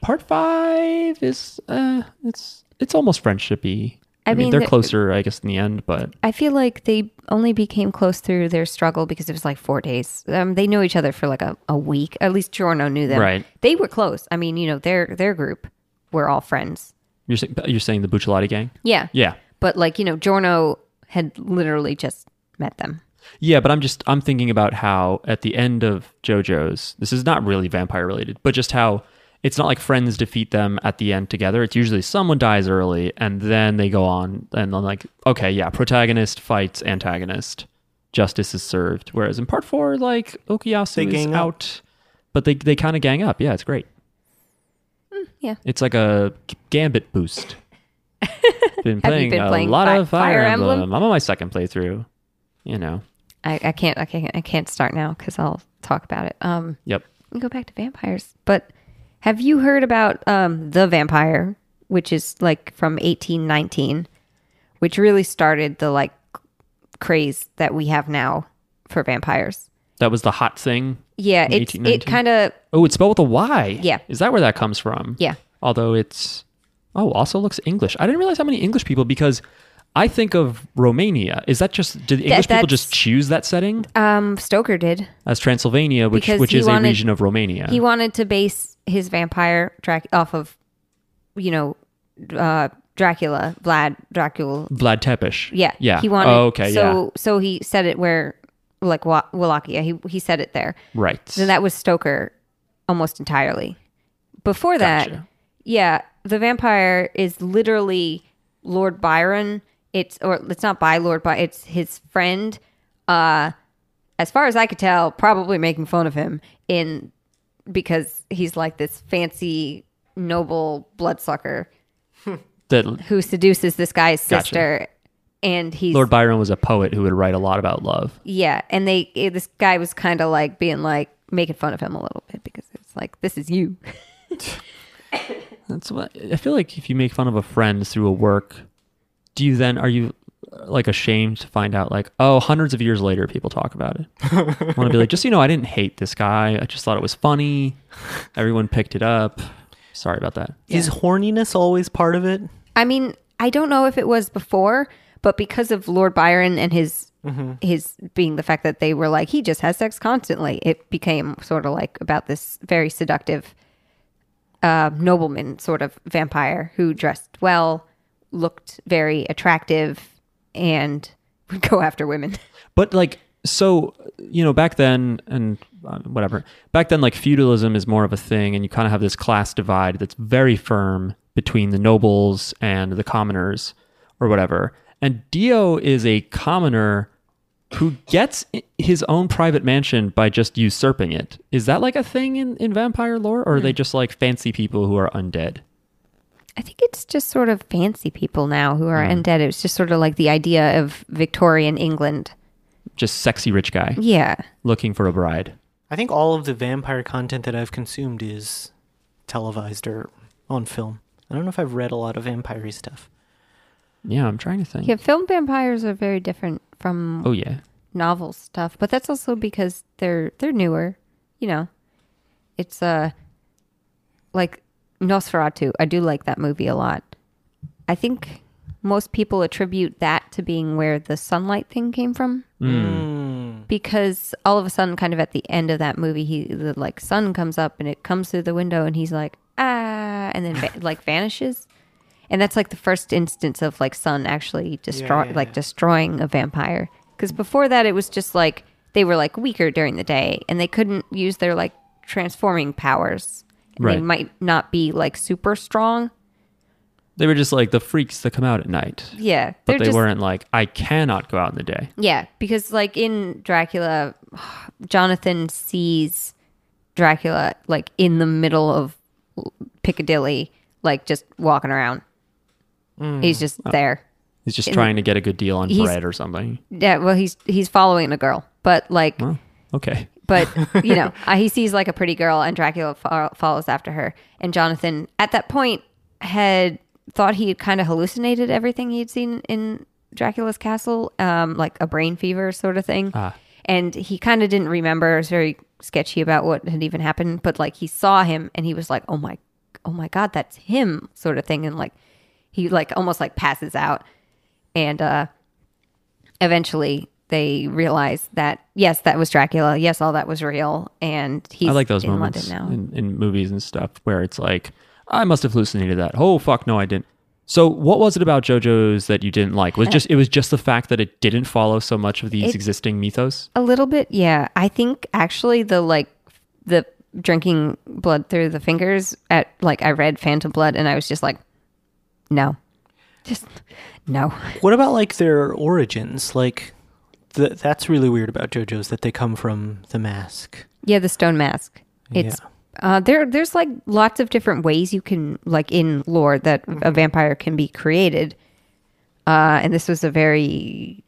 part five is uh, it's it's almost friendshipy. I I, mean, mean, they're the- closer, I guess, in the end, but I feel like they only became close through their struggle because it was like four days. Um, they knew each other for like a, a week. At least Giorno knew them. Right. They were close. I mean, you know, their their group were all friends. you're sa- you're saying the Bucciolati gang. Yeah. Yeah, But like, you know, Giorno had literally just met them. Yeah, but I'm just I'm thinking about how at the end of JoJo's, this is not really vampire related, but just how it's not like friends defeat them at the end together. It's usually someone dies early and then they go on and then like, okay, yeah, protagonist fights antagonist. Justice is served. Whereas in part four, like They Okuyasu is gang up. out. But they they kinda gang up. Yeah, it's great. Mm, yeah. It's like a gambit [LAUGHS] boost. been Have you playing been a playing lot Fi- of Fire, Fire Emblem. Emblem? I'm on my second playthrough. You know. I, I can't I can't I can't start now because I'll talk about it. Um Yep. we go back to vampires. But have you heard about um, the vampire, which is like from 1819, which really started the like craze that we have now for vampires? That was the hot thing Yeah, From it's it 1819? kind of Oh, it's spelled with a Y. Yeah. Is that where that comes from? yeah. Although it's oh, also looks English. I didn't realize how many English people because I think of Romania. Is that just did the English people that's- just choose that setting Um, Stoker did. as Transylvania, which Because which he is wanted- a region of Romania? He wanted to base his vampire Drac off of, you know, uh, Dracula, Vlad Dracula, Vlad Tepish. Yeah. Yeah. He wanted. Oh, okay. So yeah. so he said it where, like Wa- Wallachia. He he said it there. Right. Then that was Stoker, almost entirely. Before that, Gotcha. yeah, the vampire is literally Lord Byron. It's or it's not by Lord Byron. It's his friend. Uh, as far as I could tell, probably making fun of him in because he's like this fancy noble bloodsucker That who seduces this guy's Gotcha. sister, and he's Lord Byron was a poet who would write a lot about love. yeah, and they eh, this guy was kind of like being like making fun of him a little bit because it's like this is you. That's what I feel like. If you make fun of a friend through a work, do you then are you uh, like ashamed to find out like oh hundreds of years later people talk about it? I want to be like just so you know I didn't hate this guy. I just thought it was funny. Everyone picked it up. Sorry about that. Is horniness always part of it? I mean, I don't know if it was before, but because of Lord Byron and his his being the fact that they were like he just has sex constantly, it became sort of like about this very seductive uh, nobleman sort of vampire who dressed well, looked very attractive, and [LAUGHS] would go after women. But like so you know back then and uh, whatever back then like feudalism is more of a thing and you kind of have this class divide that's very firm between the nobles and the commoners or whatever and dio is a commoner who gets i- his own private mansion by just usurping it is that like a thing in, in vampire lore or are they just like fancy people who are undead I think it's just sort of fancy people now who are undead. It was just sort of like the idea of Victorian England. just sexy rich guy Yeah. looking for a bride I think all of the vampire content that I've consumed is televised or on film. I don't know if I've read a lot of vampire stuff. yeah i'm trying to think Yeah, film vampires are very different from oh yeah novel stuff, but that's also because they're they're newer. You know, it's uh like Nosferatu. I do like that movie a lot. I think most people attribute that to being where the sunlight thing came from Hmm. because all of a sudden, kind of at the end of that movie, he the like sun comes up and it comes through the window, and he's like, ah, and then va- like vanishes. And that's like the first instance of like Sun actually destroy yeah, like yeah. destroying a vampire. Because before that, it was just like they were like weaker during the day and they couldn't use their like transforming powers. And They Right. might not be like super strong. They were just like the freaks that come out at night. Yeah, But they just, weren't like, I cannot go out in the day. Yeah, because like in Dracula, [SIGHS] Jonathan sees Dracula like in the middle of Piccadilly, like just walking around. He's just there. He's just trying to get a good deal on He's- bread or something. Yeah, well, he's he's following a girl, but like, Well, Oh, okay. but you know, uh, he sees like a pretty girl, and Dracula fo- follows after her. And Jonathan, at that point, had thought he had kind of hallucinated everything he had seen in Dracula's castle, um, like a brain fever sort of thing. Ah. And he kind of didn't remember. It was very sketchy about what had even happened, but like he saw him, and he was like, "Oh my, oh my God, that's him," sort of thing. And like he like almost like passes out, and uh, eventually they realize that yes, that was Dracula. Yes, all that was real, and he's I like those in moments London now. in, in movies and stuff where it's like, I must have hallucinated that. Oh fuck, no, I didn't. So what was it about JoJo's that you didn't like? [LAUGHS] Was just it was just the fact that it didn't follow so much of these It- existing mythos? A little bit, yeah. I think actually the like the drinking blood through the fingers at like I read Phantom Blood and I was just like, no, just no. What about like their origins? Like, the, that's really weird about JoJo's that they come from the mask. Yeah, the stone mask. It's Yeah. uh, there. There's like lots of different ways you can like in lore that a Mm-hmm. vampire can be created, uh, and this was a very,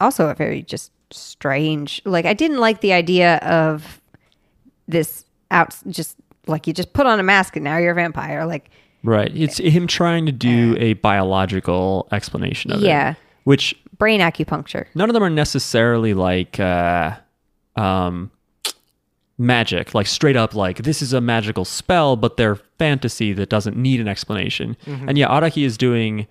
also a very just strange. Like I didn't like the idea of this out. Just like you just put on a mask and now you're a vampire. Like Right. It's him trying to do a biological explanation of it. Yeah. Which brain acupuncture. none of them are necessarily like uh um magic like straight up like this is a magical spell but they're fantasy that doesn't need an explanation and yeah araki is doing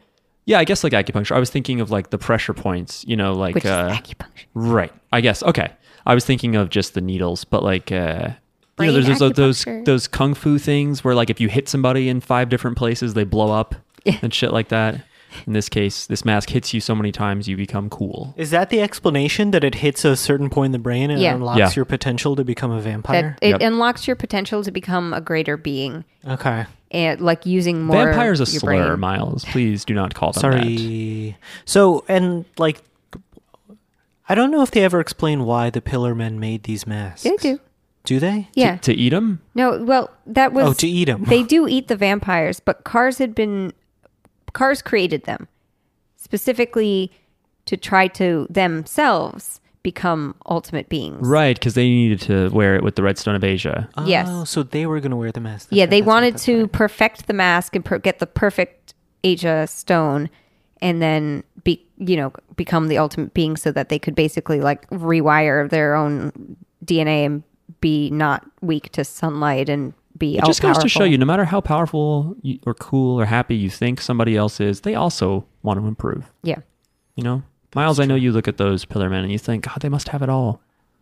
yeah i guess like acupuncture i was thinking of like the pressure points you know like Which uh is acupuncture. right i guess okay i was thinking of just the needles but like uh you know, Brain there's those, those acupuncture. those kung fu things where like if you hit somebody in five different places they blow [LAUGHS] up and shit like that in this case this mask hits you so many times you become cool Is that the explanation that it hits a certain point in the brain and it Yeah. unlocks Yeah. your potential to become a vampire? That it Yep. unlocks your potential to become a greater being, okay. and like using more. Vampire's a your slur, brain. [LAUGHS] Miles. Please do not call them that. Sorry. So, and like, I don't know if they ever explain why the Pillar Men made these masks. They do. Do they? Yeah. To eat them? No, well, that was Oh, E to eat 'em. They do eat the vampires, but Cars had been Cars created them specifically to try to themselves become ultimate beings. Right, because they needed to wear it with the Redstone of Asia. Oh, Yes. So they were going to wear the mask. Yeah, That's right, they that's right, wanted that's to perfect the mask and per- get the perfect Aja stone and then be you know become the ultimate being so that they could basically like rewire their own DNA and be not weak to sunlight and be It just goes to show all-powerful. you, no matter how powerful you, or cool or happy you think somebody else is, they also want to improve. yeah You know, Miles, I know you look at those Pillar Men and you think, God, they must have it all.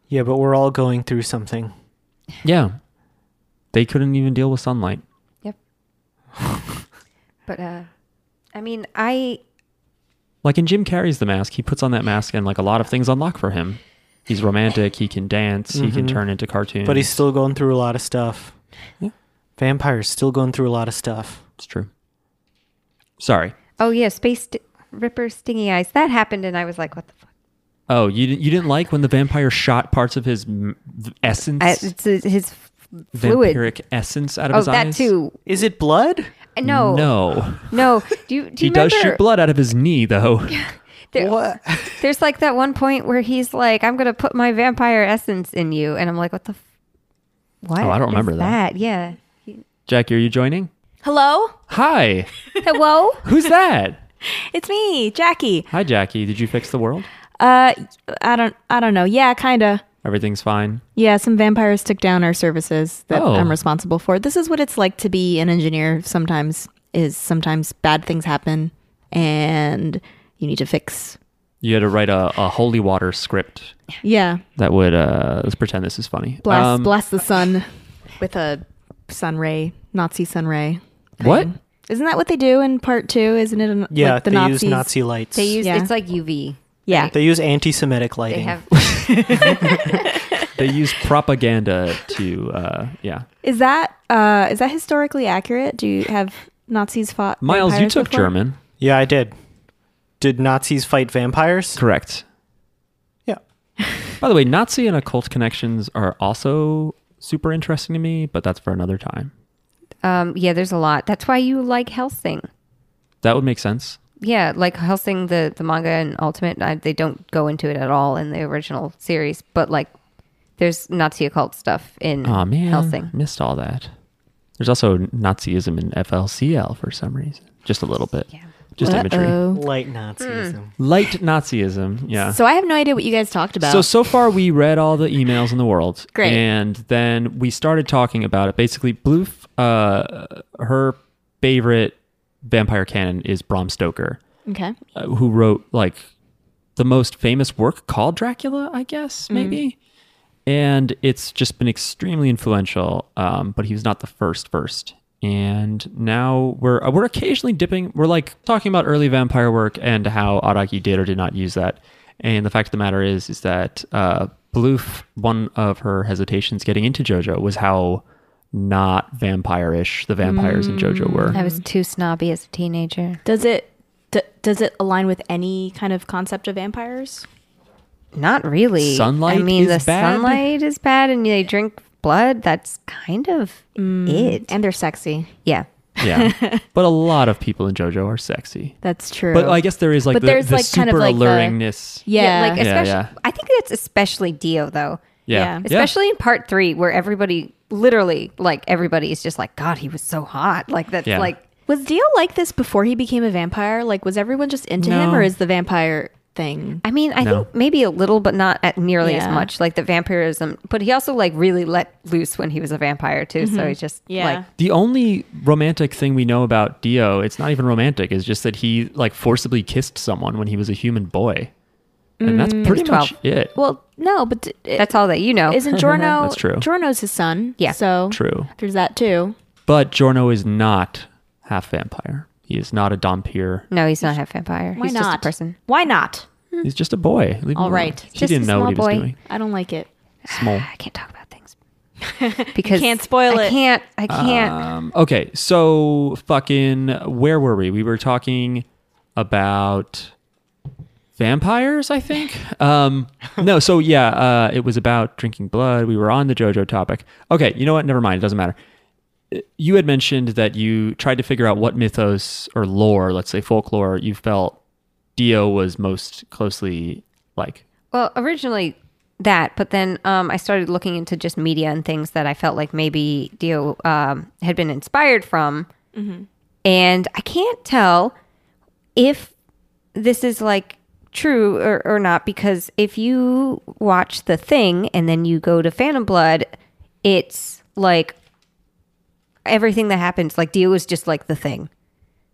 Yeah, but we're all going through something. Yeah, they couldn't even deal with sunlight. Yep. but uh I mean, I Like in Jim Carrey's The Mask, he puts on that mask and like a lot of things unlock for him. He's romantic. He can dance. He can turn into cartoons. Mm-hmm. But he's still going through a lot of stuff. Yeah. Vampires still going through a lot of stuff. it's true. Sorry. oh yeah, space st- ripper stingy eyes that happened, and I was like, what the fuck? Oh, you didn't, you didn't like when the vampire shot parts of his m- th- essence, I, it's his, his f- fluid. vampiric essence out of oh, his that eyes? too. Is it blood? No, no, No. Do you do He you remember? does shoot blood out of his knee, though. there- What? [LAUGHS] There's like that one point where he's like, "I'm gonna put my vampire essence in you," and I'm like, "What the? F- what? Oh, I don't is remember that. Yeah. Jackie, are you joining? Hello? Hi. Hello? Who's that? it's me, Jackie. Hi, Jackie. Did you fix the world? Uh I don't I don't know. Yeah, kind of. Everything's fine. Yeah, some vampires took down our services that Oh. I'm responsible for. This is what it's like to be an engineer sometimes is sometimes bad things happen and you need to fix. You had to write a, a holy water script Yeah, that would uh, let's pretend this is funny. blast Um, blast the sun with a sun ray Nazi sunray. What? thing. Isn't that what they do in part two? Isn't it? An, Yeah, like the they Nazis. use Nazi lights. They use Yeah. it's like UV. Yeah, they use anti-Semitic They lighting. have They use propaganda to, uh, yeah. is that uh, is that historically accurate? Do you have Nazis fought Miles, you vampires took before? German. yeah, I did. Did Nazis fight vampires? Correct. Yeah. By the way, Nazi and occult connections are also super interesting to me, but that's for another time. um yeah, there's a lot. That's why you like Helsing. That would make sense. Yeah, like Helsing the the manga and Ultimate, I, they don't go into it at all in the original series, but like there's Nazi occult stuff Mm. in Oh man, Helsing. missed all that. There's also Nazism in FLCL for some reason, just a little bit, Yeah. just imagery. Uh-oh. Light Hmm. Nazism. Light Nazism, yeah. So I have no idea what you guys talked about. So so far we read all the emails in the world. Great. And then we started talking about it. Basically, Bloof, uh, her favorite vampire canon is Bram Stoker, okay, uh, who wrote like the most famous work called Dracula, I guess maybe. And it's just been extremely influential. Um, but he was not the first first. And now we're uh, we're occasionally dipping. We're like talking about early vampire work and how Araki did or did not use that. And the fact of the matter is, is that uh, Bloof, one of her hesitations getting into JoJo was how not vampire-ish the vampires in JoJo were. I was too snobby as a teenager. does it d- does it align with any kind of concept of vampires? Not really. Sunlight I mean, is the bad? sunlight is bad, and they drink blood. That's kind of Mm. it. And they're sexy. Yeah, Yeah, but a lot of people in JoJo are sexy. That's true. But I guess there is like But the, there's, the like, super kind of, like, the- alluringness. yeah, like especially. yeah. I think that's especially Dio though. yeah. yeah. Especially in part three, where everybody, literally, like everybody is just like, God, he was so hot. Like that's Yeah. like was Dio like this before he became a vampire? Like, was everyone just into him, No. or is the vampire thing? I mean, I No. think maybe a little, but not at nearly as Yeah. much. Like the vampirism, but he also like really let loose when he was a vampire too. So he's just Mm-hmm. Yeah. like The only romantic thing we know about Dio, it's not even romantic, is just that he like forcibly kissed someone when he was a human boy. And that's Mm, pretty was much 12. it. Well, no, but d- it- that's all that you know. [LAUGHS] [LAUGHS] isn't Jorno? That's true. Jorno's his son. Yeah. So True. There's that too. But Jorno is not half vampire. He is not a Dompier. no, he's not half vampire. Why he's not? just a person. Why not? He's just a boy. Leave him Mm. All alone. right. He Just a didn't know what he small was boy. doing. I don't like it. Small. I can't talk about [LAUGHS] things because can't spoil I it. can't. I can't. Um, okay, so fucking where were we? We were talking about vampires, I [LAUGHS] think. Um, no, so yeah, uh, it was about drinking blood. We were on the JoJo topic. Okay, you know what? Never mind. It doesn't matter. Uh, You had mentioned that you tried to figure out what mythos or lore, let's say folklore, you felt Dio was most closely like. Well, originally that, but then um, I started looking into just media and things that I felt like maybe Dio um, had been inspired from. And I can't tell if this is like true or, or not because if you watch The Thing and then you go to Phantom Blood, it's like everything that happens, like Dio is just like The Thing.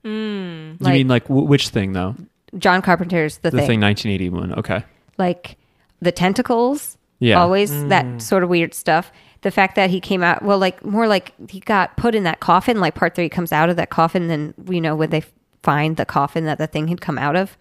you Like- mean like w- which thing though? John Carpenter's The, The Thing. thing 1981. Okay. like the tentacles. Yeah. Always that sort of weird stuff. The fact that he came out, well, like more like he got put in that coffin, like part three comes out of that coffin. Then, you know, when they find the coffin that the thing had come out of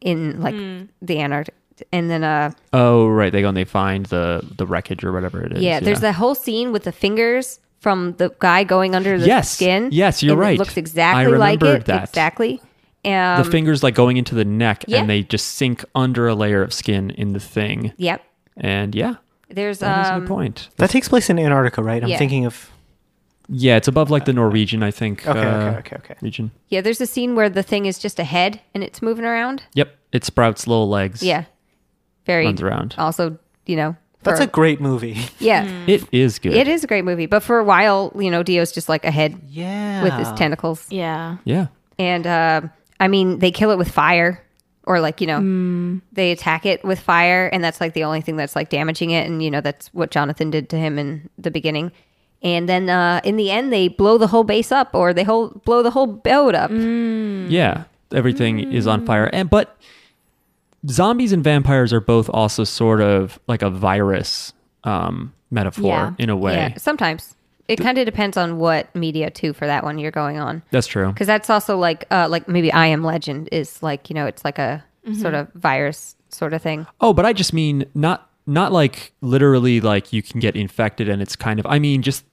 in like the Antarctic. And then, uh, Oh right, they go and they find the the wreckage or whatever it is. yeah, there's that whole scene with the fingers from the guy going under the Yes. skin. Yes, you're And right. It looks I exactly like remembered it. that. Exactly. the Um, fingers like going into the neck yeah. and they just sink under a layer of skin in the thing. yep. And yeah, There's, that's a um, good point. That takes place in Antarctica, right? I'm Yeah. thinking of. Yeah, it's above like the Norwegian, I think. uh, Okay, uh, okay, okay, okay. Region. yeah, there's a scene where the thing is just a head and it's moving around. Yep, it sprouts little legs. Yeah. Um, Very runs around. also, you know, That's for- a great movie. yeah. It is good. It is a great movie, but for a while, you know, Dio's just like a head Yeah. with his tentacles, Yeah. Yeah. and uh, I mean, they kill it with fire, or like you know, they attack it with fire, and that's like the only thing that's like damaging it, and you know, that's what Jonathan did to him in the beginning. And then uh, in the end, they blow the whole base up, or they whole blow the whole boat up. Mm. Yeah, everything is on fire. And but zombies and vampires are both also sort of like a virus um metaphor Yeah. in a way. Yeah, sometimes It kind of depends on what media too for that one you're going on. That's true. because that's also like uh like maybe i am legend is like you know it's like a sort of virus sort of thing Oh, but I just mean not not like literally like you can get infected and it's kind of I mean just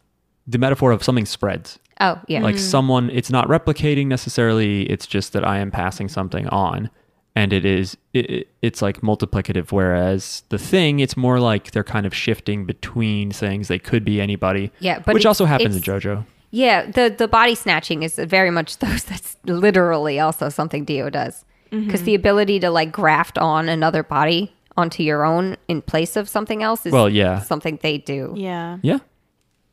the metaphor of something spreads. oh yeah Like someone it's not replicating necessarily, it's just that I am passing something on and it is it, it- it's like multiplicative whereas the thing it's more like they're kind of shifting between things. They could be anybody. Yeah, but which also it's- happens in it's- JoJo. yeah the the body snatching is very much [LAUGHS] those that's literally also something dio does because the ability to like graft on another body onto your own in place of something else is Well, yeah. something they do Yeah. Yeah.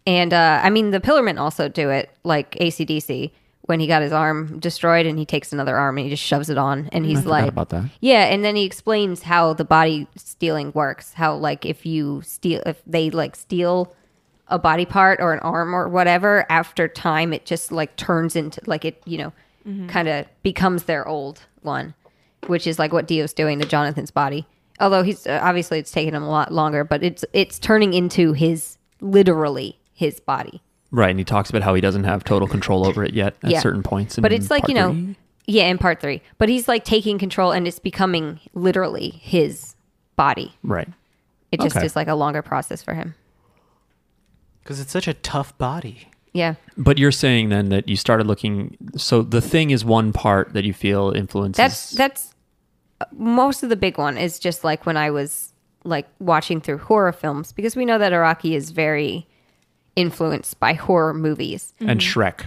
and uh i mean the pillarmen also do it like acdc when he got his arm destroyed and he takes another arm and he just shoves it on and he's I forgot like about that. Yeah, and then he explains how the body stealing works. How like if you steal, if they like steal a body part or an arm or whatever, after time it just like turns into like it, you know, kind of becomes their old one, which is like what Dio's doing to Jonathan's body. Although he's uh, obviously it's taken him a lot longer, but it's it's turning into his literally his body. Right, and he talks about how he doesn't have total control over it yet at Yeah. certain points. But in it's like, part you know, three. yeah, in part three. But he's like taking control and it's becoming literally his body. right. It just Okay. is like a longer process for him. because it's such a tough body. Yeah. But you're saying then that you started looking. So the thing is one part that you feel influences. That's that's uh, most of the big one is just like when I was like watching through horror films because we know that Iraqi is very influenced by horror movies. and mm-hmm. Shrek.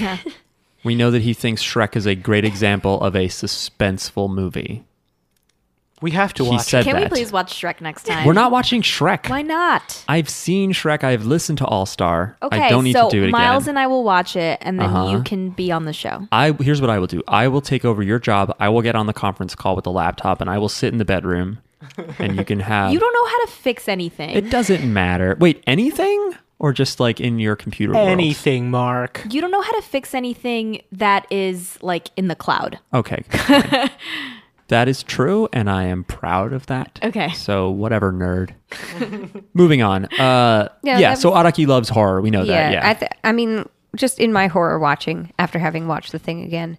Yeah. [LAUGHS] we know that he thinks Shrek is a great example of a suspenseful movie. We have to He watch. said it. Can we that. please watch Shrek next time? We're not watching Shrek. Why not? I've seen Shrek. I've listened to All Star. Okay, I don't need to so do it Miles again. and I will watch it, and then Uh-huh. you can be on the show. I here's what I will do. I will take over your job. I will get on the conference call with the laptop, and I will sit in the bedroom, [LAUGHS] and you can have. You don't know how to fix anything. It doesn't matter. Wait, anything or just like in your computer? world? Anything, Mark. you don't know how to fix anything that is like in the cloud. [LAUGHS] Okay. good point. that is true, and I am proud of that. Okay. So whatever, nerd. [LAUGHS] Moving on. Uh, yeah. Yeah, that so Araki loves horror. We know yeah. Oh, that. Yeah. I th- I mean, just in my horror watching after having watched the thing again,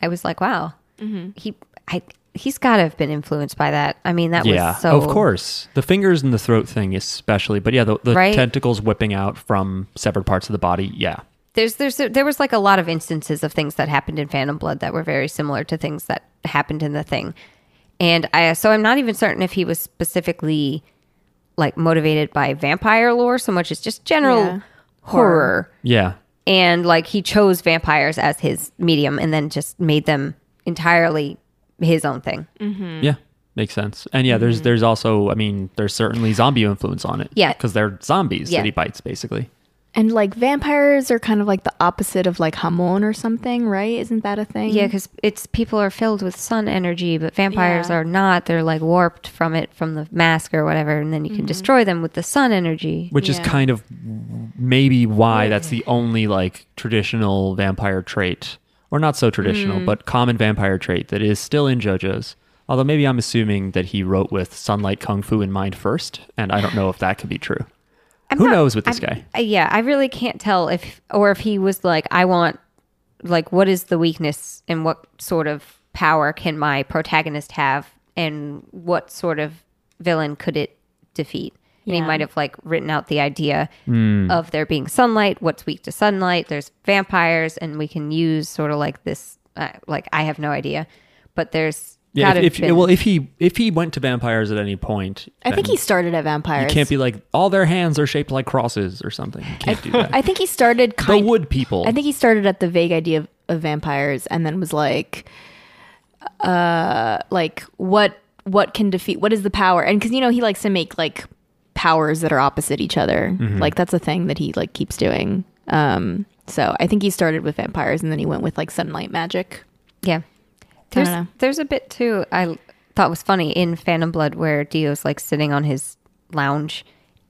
I was like, wow. Mm-hmm. He I he's got to have been influenced by that. I mean, that yeah. was so Of course, the fingers and the throat thing, especially. But yeah, the, the Right? tentacles whipping out from severed parts of the body. Yeah. there's there's there was like a lot of instances of things that happened in Phantom Blood that were very similar to things that happened in the thing, and I so I'm not even certain if he was specifically like motivated by vampire lore so much as just general Yeah. horror. Yeah. and like he chose vampires as his medium and then just made them entirely his own thing. Mm-hmm. Yeah. Makes sense. And yeah, there's there's also I mean there's certainly zombie influence on it. Mm-hmm. Yeah. Because they're zombies Yeah. that he bites basically. And like vampires are kind of like the opposite of like hamon or something, right? Isn't that a thing? Yeah, because it's people are filled with sun energy, but vampires Yeah. are not. They're like warped from it from the mask or whatever, and then you Mm-hmm. can destroy them with the sun energy. which is Yeah. kind of maybe why that's the only like traditional vampire trait or not so traditional Mm. but common vampire trait that is still in jojo's although maybe i'm assuming that he wrote with sunlight kung fu in mind first and i don't know if that could be [LAUGHS] true who knows with this guy Uh, yeah, I really can't tell if or if he was like, I want like what is the weakness and what sort of power can my protagonist have and what sort of villain could it defeat? And he Yeah. might have like written out the idea Hmm. of there being sunlight, what's weak to sunlight, there's vampires, and we can use sort of like this uh, like I have no idea. But there's yeah gotta if, if been- well if he if he went to vampires at any point I think then he started at you vampires. can't be like all their hands are shaped like crosses or something you can't do [LAUGHS] that I think he started the kind. wood people [LAUGHS] I think he started at the vague idea of, of vampires, and then was like, uh, like what what can defeat? What is the power? And because you know he likes to make like powers that are opposite each other. Like that's a thing that he like keeps doing. Um, so I think he started with vampires, and then he went with like sunlight magic. Yeah. don't There's, know. there's a bit too I l- thought was funny in Phantom Blood where Dio's like sitting on his lounge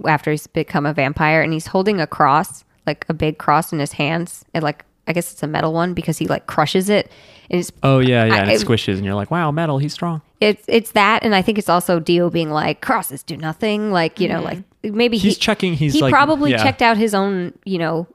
after he's become a vampire and he's holding a cross, like a big cross in his hands. And like I guess it's a metal one because he like crushes it. And it's oh yeah yeah and I- it squishes and you're like wow metal he's strong it's it's that and I think it's also Dio being like crosses do nothing, like you know, like maybe He's he, checking. He's he like, probably yeah. checked out his own, you know,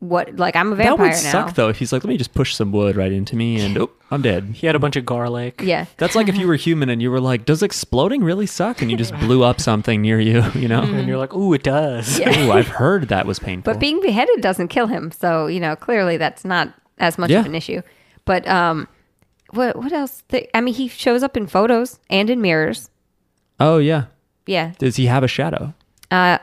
what like I'm a That vampire would now. suck though. If he's like, let me just push some wood right into me, and oh, I'm dead. He had a bunch of garlic. Yeah. That's like if you were human and you were like, does exploding really suck? And you just blew up something near you. [LAUGHS] You know. And you're like, ooh, it does. Ooh, I've heard that was painful. Mm-hmm. But being beheaded doesn't kill him, so you know clearly that's not as much Yeah. of an issue. But um, what what else? Th- I mean, he shows up in photos and in mirrors. oh yeah. Yeah, Does he have a shadow? uh,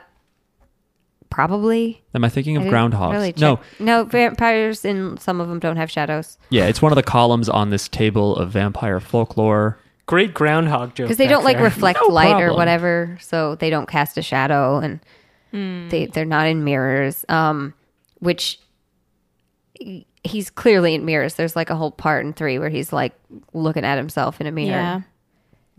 probably. Am I thinking I of didn't groundhogs? really check- no. no vampires in some of them don't have shadows Yeah, it's one of the columns on this table of vampire folklore. Great groundhog joke. because they back don't like there. reflect No light or problem. whatever, so they don't cast a shadow and Hmm. they they're not in mirrors. Um, which he- he's clearly in mirrors. There's like a whole part in three where he's like looking at himself in a mirror. Yeah.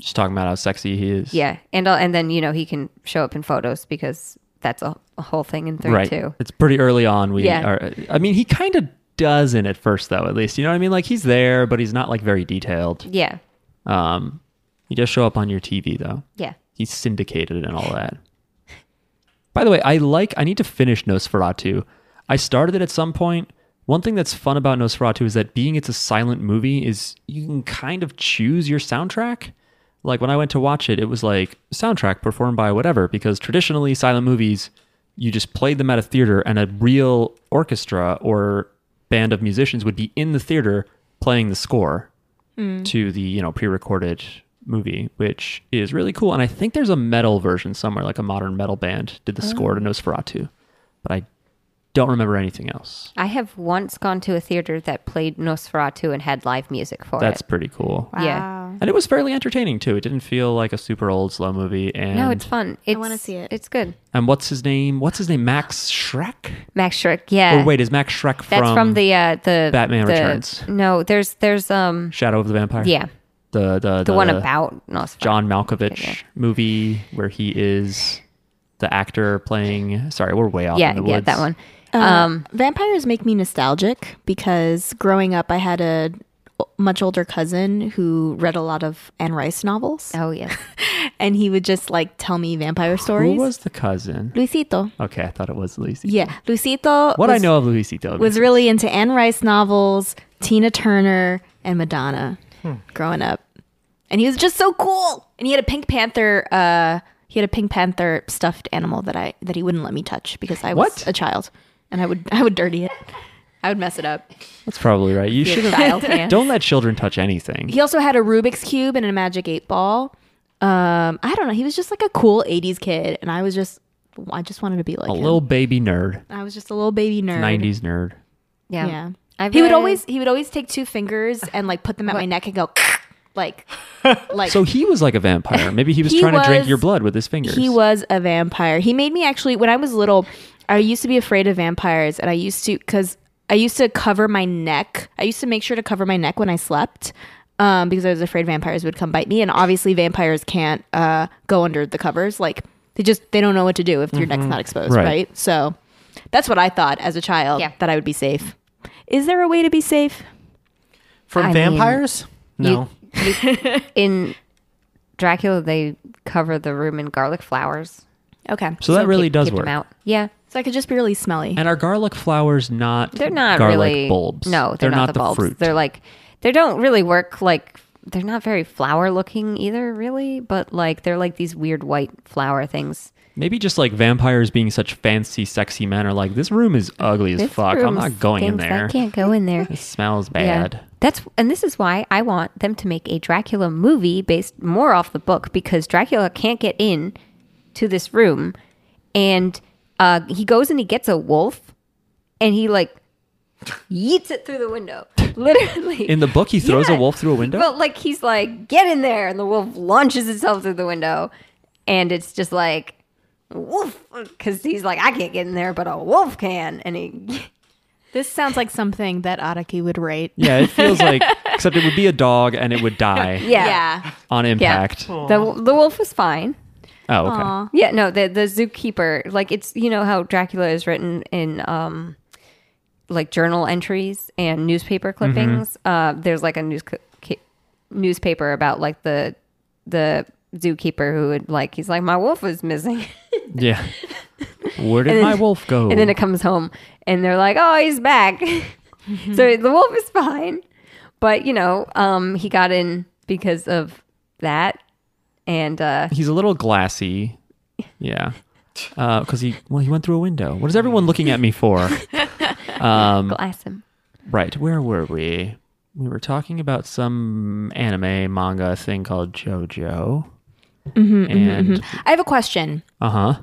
Just talking about how sexy he is. Yeah, and I'll- and then you know he can show up in photos because that's a, a whole thing in three right. too. It's pretty early on. We Yeah. are. I mean, he kind of doesn't at first, though. At least you know what I mean. Like he's there, but he's not like very detailed. Yeah, Um, he does show up on your TV though. yeah. He's syndicated and all that. By the way, I like. I need to finish Nosferatu. I started it at some point. One thing that's fun about Nosferatu is that being it's a silent movie is you can kind of choose your soundtrack. Like when I went to watch it, it was like soundtrack performed by whatever because traditionally silent movies you just played them at a theater and a real orchestra or band of musicians would be in the theater playing the score to the, you know, pre-recorded movie, which is really cool and I think there's a metal version somewhere like a modern metal band did the score Oh. to Nosferatu. But I don't remember anything else. I have once gone to a theater that played Nosferatu and had live music for That's it. pretty cool. Yeah. And it was fairly entertaining too. It didn't feel like a super old slow movie. And No, it's fun. It's, wanna see it. It's good. and what's his name? What's his name? Max Shrek? Max Shrek. Yeah. Or Oh, wait, is Max Shrek That's from, the uh, the Batman the- Returns. No, there's there's um Shadow of the Vampire? yeah The the the, the one about Nosferatu. John Malkovich Yeah. movie where he is the actor playing. Sorry, we're way off. Yeah, in the yeah, woods. that one. Um, vampires make me nostalgic because growing up, I had a much older cousin who read a lot of Anne Rice novels, Oh yes. and he would just like tell me vampire Who stories. was the cousin? Luisito? Okay, I thought it was Lucy. Yeah, Luisito. What I was- know of Luisito was really into Anne Rice novels, Tina Turner, and Madonna Hmm. growing up. And he was just so cool. And he had a Pink Panther uh he had a Pink Panther stuffed animal that I that he wouldn't let me touch because I was What? a child and I would [LAUGHS] I would dirty it. I would mess it up. that's probably right. You should have. Child hand. Don't let children touch anything. He also had a Rubik's cube and a magic eight ball. Um I don't know, he was just like a cool 80s kid and I was just I just wanted to be like A him. little baby nerd, I was just a little baby nerd. '90s nerd. Yeah. Yeah. I've he would read- always he would always take two fingers and like put them at my neck and go [LAUGHS] [LAUGHS] like like So he was like a vampire. Maybe he was He trying to drink was- your blood with his fingers. he was a vampire. He made me actually when I was little, I used to be afraid of vampires and I used to cuz I used to cover my neck. I used to make sure to cover my neck when I slept. Um, because I was afraid vampires would come bite me, and obviously vampires can't uh, go under the covers. Like they just they don't know what to do if your neck's not exposed, Mm-hmm. Right. right. So that's what I thought as a child Yeah. that I would be safe. Is there a way to be safe? From I mean, vampires? no. in Dracula they cover the room in garlic flowers. Okay, So that really Keep- does keep them work. Out. Yeah. So I could just be really smelly. And are garlic flowers not? They're not garlic really bulbs. No, they're, not, the, bulbs. fruit. They're like they don't really work like they're not very flower looking either, really. But like they're like these weird white flower things. Maybe just like vampires being such fancy, sexy men are like, this room is ugly as This fuck. I'm room's not going in stinks. there. I can't go in [LAUGHS] there. It smells bad. That's and this is why I want them to make a Dracula movie based more off the book because Dracula can't get in to this room and uh, he goes and he gets a wolf and he like yeets it through [LAUGHS] the window. Literally. In the book, he throws a Yeah. wolf through a window. But like he's like, get in there, and the wolf launches itself through the window, and it's just like wolf because he's like, I can't get in there, but a wolf can, and he [LAUGHS] This sounds like something that Araki would rate. yeah, it feels [LAUGHS] like, except it would be a dog and it would die yeah. on impact. The, the wolf was fine. Oh, okay. Yeah, no, the the zookeeper, like it's you know how Dracula is written in um like journal entries and newspaper clippings. Uh there's like a news ca- newspaper about like the the zookeeper who would like he's like my wolf is missing [LAUGHS] Yeah. Where did And then- my wolf go? and then it comes home and they're like oh he's back [LAUGHS] so the wolf is fine but you know um he got in because of that and uh He's a little glassy. Yeah. Because he, well, he went through a window. What is everyone looking at me for? [LAUGHS] Um, glass him right. Where were we? We were talking about some anime manga thing called JoJo. Mm-hmm, and, I have a question. uh huh,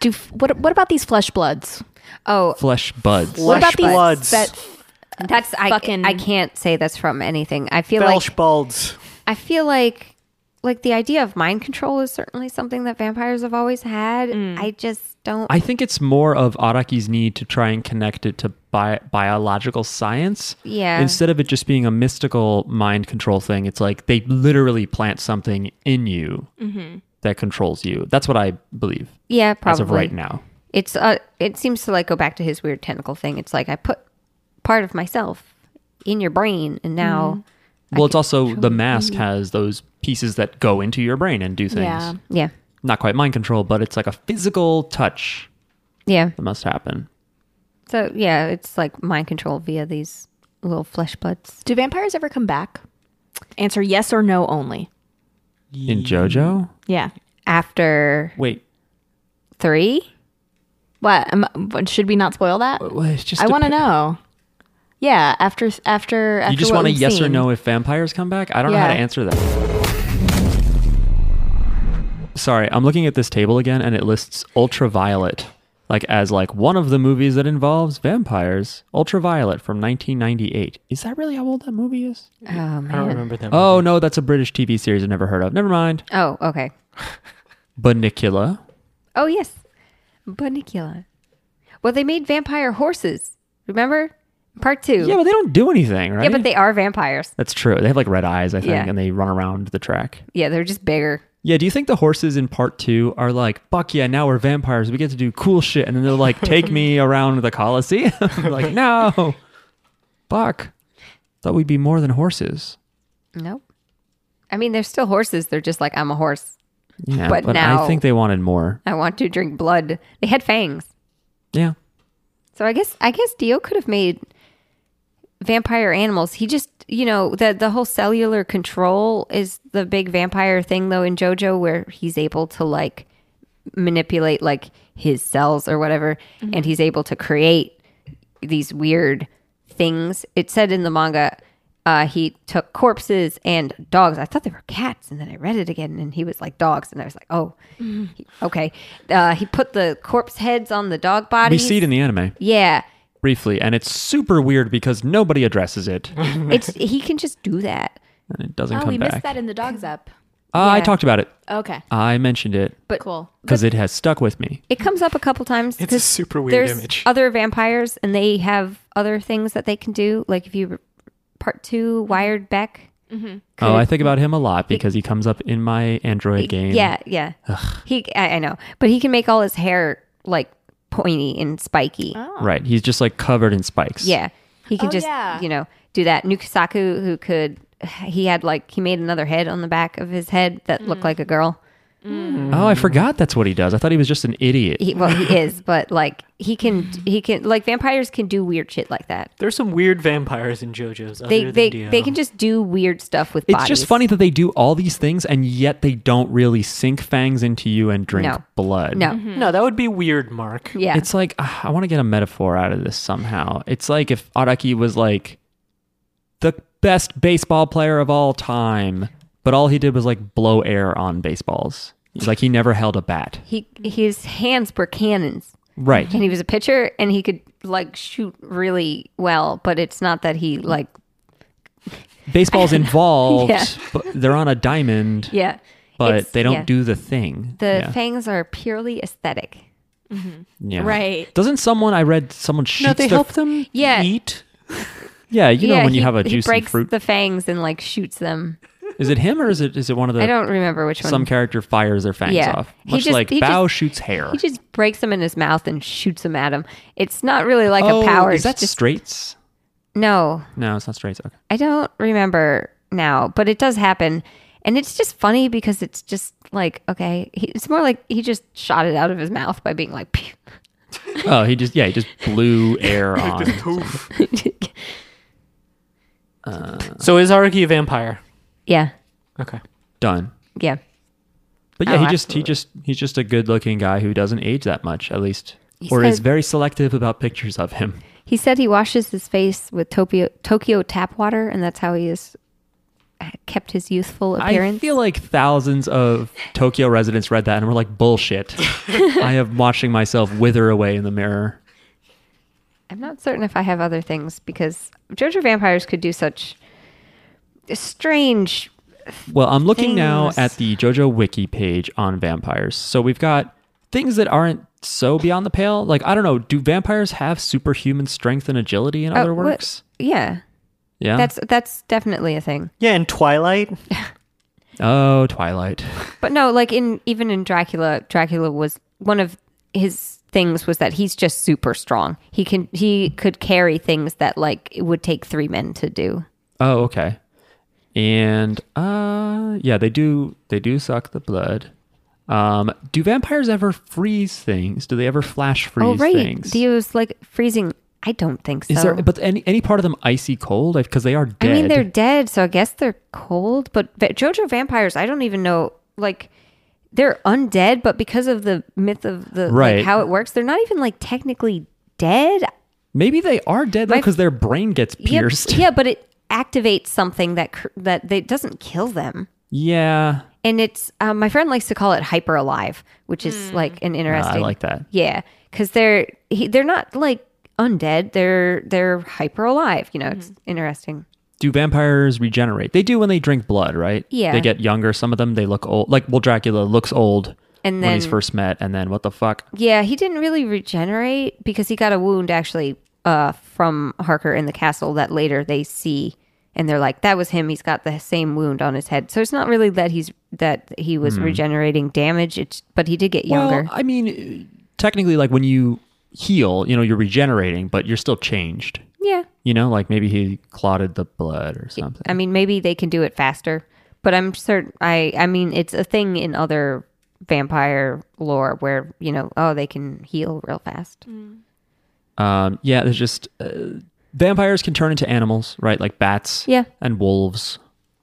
Do f- what? What about these flesh bloods? oh Flesh Buds. what about Flesh bloods. these? That, that's i Fucking- i can't say that's from anything i feel like Belshbalds. I feel like like the idea of mind control is certainly something that vampires have always had. I just don't. I think it's more of Araki's need to try and connect it to bi- biological science. Yeah. Instead of it just being a mystical mind control thing, it's like they literally plant something in you that controls you. That's what I believe yeah, probably. as of right now. It's uh, it seems to like go back to his weird tentacle thing. It's like I put part of myself in your brain, and now Well, it's also the mask has those pieces that go into your brain and do things. Yeah. yeah, Not quite mind control, but it's like a physical touch yeah. that must happen. So yeah, it's like mind control via these little flesh buds. do vampires ever come back? Answer yes or no only. In JoJo? Yeah. After Wait, three, What? Um, what- should we not spoil that? well, it's just I a want to pi- know. Yeah. After after after You just what want a we've yes or seen. no if vampires come back? I don't know how Yeah. to answer that. Sorry, I'm looking at this table again and it lists Ultraviolet like as like one of the movies that involves vampires. Ultraviolet from 1998. Is that really how old that movie is? I don't remember them. Oh no, that's a British TV series I've never heard of. Never mind. oh okay, Banicula. oh yes, Bunicula. Well, they made vampire horses. Remember part two? Yeah, but they don't do anything, right? Yeah, but they are vampires. That's true. They have like red eyes, I think, Yeah. and they run around the track. Yeah, they're just bigger. Yeah, do you think the horses in part two are like, fuck yeah, now we're vampires. We get to do cool shit. And then they're like, take me around the [LAUGHS] Colosseum? like, no. Fuck. Thought we'd be more than horses. Nope. I mean, they're still horses. They're just like, I'm a horse. Yeah, but, But now- I think they wanted more. I want to drink blood. They had fangs. Yeah. So I guess I guess Dio could have made vampire animals. He just you know, the the whole cellular control is the big vampire thing though in JoJo where he's able to like manipulate like his cells or whatever and he's able to create these weird things. It said in the manga uh, he took corpses and dogs. I thought they were cats, and then I read it again, and he was like dogs, and I was like, "Oh, he- okay." Uh, he put the corpse heads on the dog We bodies. see it in the anime [LAUGHS] Yeah. briefly, and it's super weird because nobody addresses it and It's he can just do that. it doesn't Oh, come we back. missed that in the dogs up. Uh, I Yeah. talked about it. Okay. I mentioned it But Cool. because it has stuck with me. it comes up a couple times. It's a 'cause super weird there's image. Other vampires and they have other things that they can do. Like if you part two wired Beck. Oh, I think about him a lot because he comes up in my Android game. Yeah, yeah. He I, I know. But he can make all his hair like pointy and spiky. Right. He's just like covered in spikes. Yeah. He can Oh, just, yeah. you know, do that. Nukasaku, who could, he had like, he made another head on the back of his head that looked Mm. like a girl. Oh, I forgot that's what he does. I thought he was just an idiot. Mm. He, well, he [LAUGHS] is, but like, he can, he can, like, vampires can do weird shit like that. There's some weird vampires in JoJo's. Other They, than they, Dio. they can just do weird stuff with It's bodies. just funny that they do all these things and yet they don't really sink fangs into you and drink No. blood. No. No, that would be weird, Mark. Yeah. Mm-hmm. It's like ah, I want to get a metaphor out of this somehow. It's like if Araki was like the best baseball player of all time, but all he did was like blow air on baseballs. It's like he never held a bat. he, his hands were cannons Right. [LAUGHS] and he was a pitcher and he could like shoot really well, but it's not that he like, Baseball's involved, [LAUGHS] Yeah. [LAUGHS] but they're on a diamond, yeah. but It's- they don't yeah. do the thing. The yeah. fangs are purely aesthetic. Yeah. Right. Doesn't someone I read someone shoots No, they their- help them Yeah. eat. Yeah, you know when you he- have a he juicy breaks fruit. the fangs and like shoots them. is it him or is it is it one of [LAUGHS] I the don't remember which one. some character fires their fangs Yeah. off? He Much just- like he Bao just- shoots hair. he just breaks them in his mouth and shoots them at him. It's not really like oh, a power. Is it's that just straights? no? No, it's not straights. Okay. I don't remember now, but it does happen. And it's just funny because it's just like, okay, he, it's more like he just shot it out of his mouth by being like, [LAUGHS] "Pew." Oh, he just yeah, he just blew [LAUGHS] air on. So is Haruki a vampire? yeah, Okay. Done. yeah. But yeah, Oh, he just absolutely. he just he's just a good-looking guy who doesn't age that much, at least, He or is said- very selective about pictures of him. He said he washes his face with Tokyo, Tokyo tap water, and that's how he has kept his youthful appearance. I feel like thousands of Tokyo residents read that and were like, [LAUGHS] "Bullshit! I am watching myself wither away in the mirror." I'm not certain if I have other things because JoJo vampires could do such strange. Well, I'm looking now Things. at the JoJo Wiki page on vampires. So we've got things that aren't so beyond the pale. Like I don't know, do vampires have superhuman strength and agility in Oh, other what- works? Yeah, Yeah. that's that's definitely a thing. Yeah, in Twilight. oh, Twilight. But no, like in even in Dracula, Dracula was one of his things was that he's just super strong. He can he could carry things that like it would take three men to do. Oh, okay. And uh yeah, they do they do suck the blood. Um do vampires ever freeze things? Do they ever flash freeze oh right, things? he was like freezing. I don't think so. Is there but any any part of them icy cold? Because they are I dead. mean, they're dead, so I guess they're cold. But va- JoJo vampires, I don't even know. Like, they're undead, but because of the myth of the like, Right. how it works, they're not even like technically dead. Maybe they are dead though My- because their brain gets Yeah, pierced. yeah, but it activates something that cr- that they doesn't kill them. [LAUGHS] Yeah. And it's um, my friend likes to call it hyper alive, which is like an Uh, interesting. I like that. Yeah, because they're he, they're not like undead. They're they're hyper alive. You know, it's interesting. Do vampires regenerate? They do when they drink blood, right? Yeah. They get younger. Some of them they look old. Like well, Dracula looks old And when he's then- first met, and then what the fuck? Yeah, he didn't really regenerate because he got a wound actually uh, from Harker in the castle that later they see and they're like, that was him. He's got the same wound on his head. So it's not really that he's that he Hmm. was regenerating damage. It's but he did get younger. Well, I mean, technically, like when you heal, you know, you're regenerating, but you're still changed. yeah, You know, like maybe he clotted the blood or something. I mean maybe they can do it faster, but I'm certain. I I mean it's a thing in other vampire lore where you know oh they can heal real fast. Um, yeah, there's just uh, vampires can turn into animals, right? Like bats, Yeah. and wolves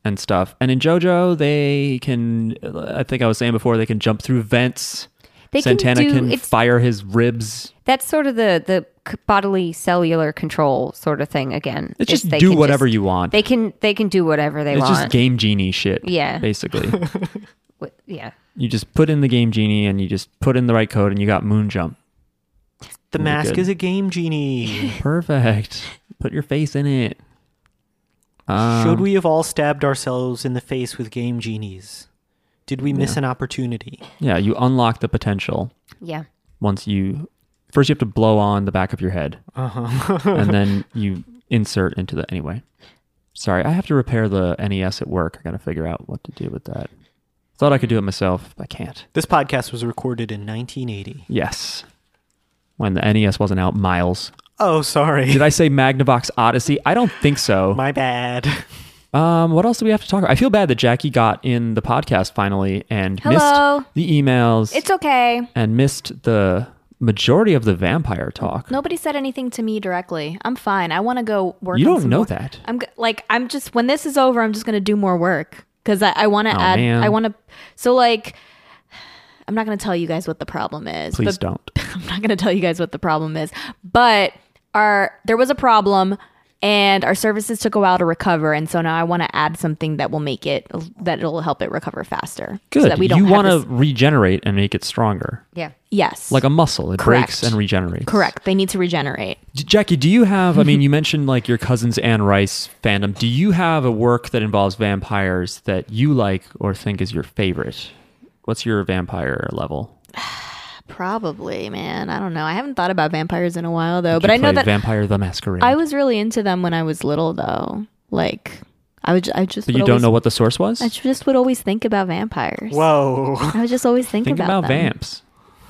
and stuff. And in JoJo, they can. I think I was saying before they can jump through vents. They can Santana do- can it's- fire his ribs. That's sort of the the c- bodily cellular control sort of thing again. It's is just they do can whatever just- you want. They can they can do whatever they it's want. just game genie shit. Yeah. basically. [LAUGHS] Wi- yeah. you just put in the game genie and you just put in the right code and you got moon jump. The Really mask good. is a game genie. [LAUGHS] Perfect. Put your face in it. Um, Should we have all stabbed ourselves in the face with game genies? Did we miss an opportunity? Um, Yeah, you unlock the potential Yeah. once you first you have to blow on the back of your head. Uh-huh. [LAUGHS] and then you insert into the anyway. Sorry, I have to repair the NES at work. I got to figure out what to do with that. Thought I could do it myself, but I can't. [LAUGHS] This podcast was recorded in 1980. Yes. When the NES wasn't out, Miles. Oh, sorry. Did I say Magnavox Odyssey? I don't think so. My bad. Um, what else do we have to talk about? I feel bad that Jackie got in the podcast finally and Hello. missed the emails. It's okay. and missed the majority of the vampire talk. Nobody said anything to me directly. I'm fine. I want to go work. you on don't some know more- that. I'm g- like I'm just when this is over, I'm just gonna do more work because I, I want to add. Oh, man. I want to. So like, I'm not gonna tell you guys what the problem is. Please but don't. [LAUGHS] I'm not gonna tell you guys what the problem is. But our there was a problem. And our services took a while to recover, and so now I want to add something that will make it that it'll help it recover faster. Good. So that we don't you have want to this- regenerate and make it stronger, Yeah. yes, like a muscle. It breaks Correct. and regenerates. correct. They need to regenerate. D- Jackie, do you have? I mean, you mentioned like your cousins Anne Rice fandom. Do you have a work that involves vampires that you like or think is your favorite? What's your vampire level? Probably, man. I don't know. I haven't thought about vampires in a while though, but You I know play that Vampire the Masquerade. I was really into them when I was little though. Like I would, I just. but would you don't always- know what the source was. I just would always think about vampires. Whoa. I would just always think, Think about, them. vamps.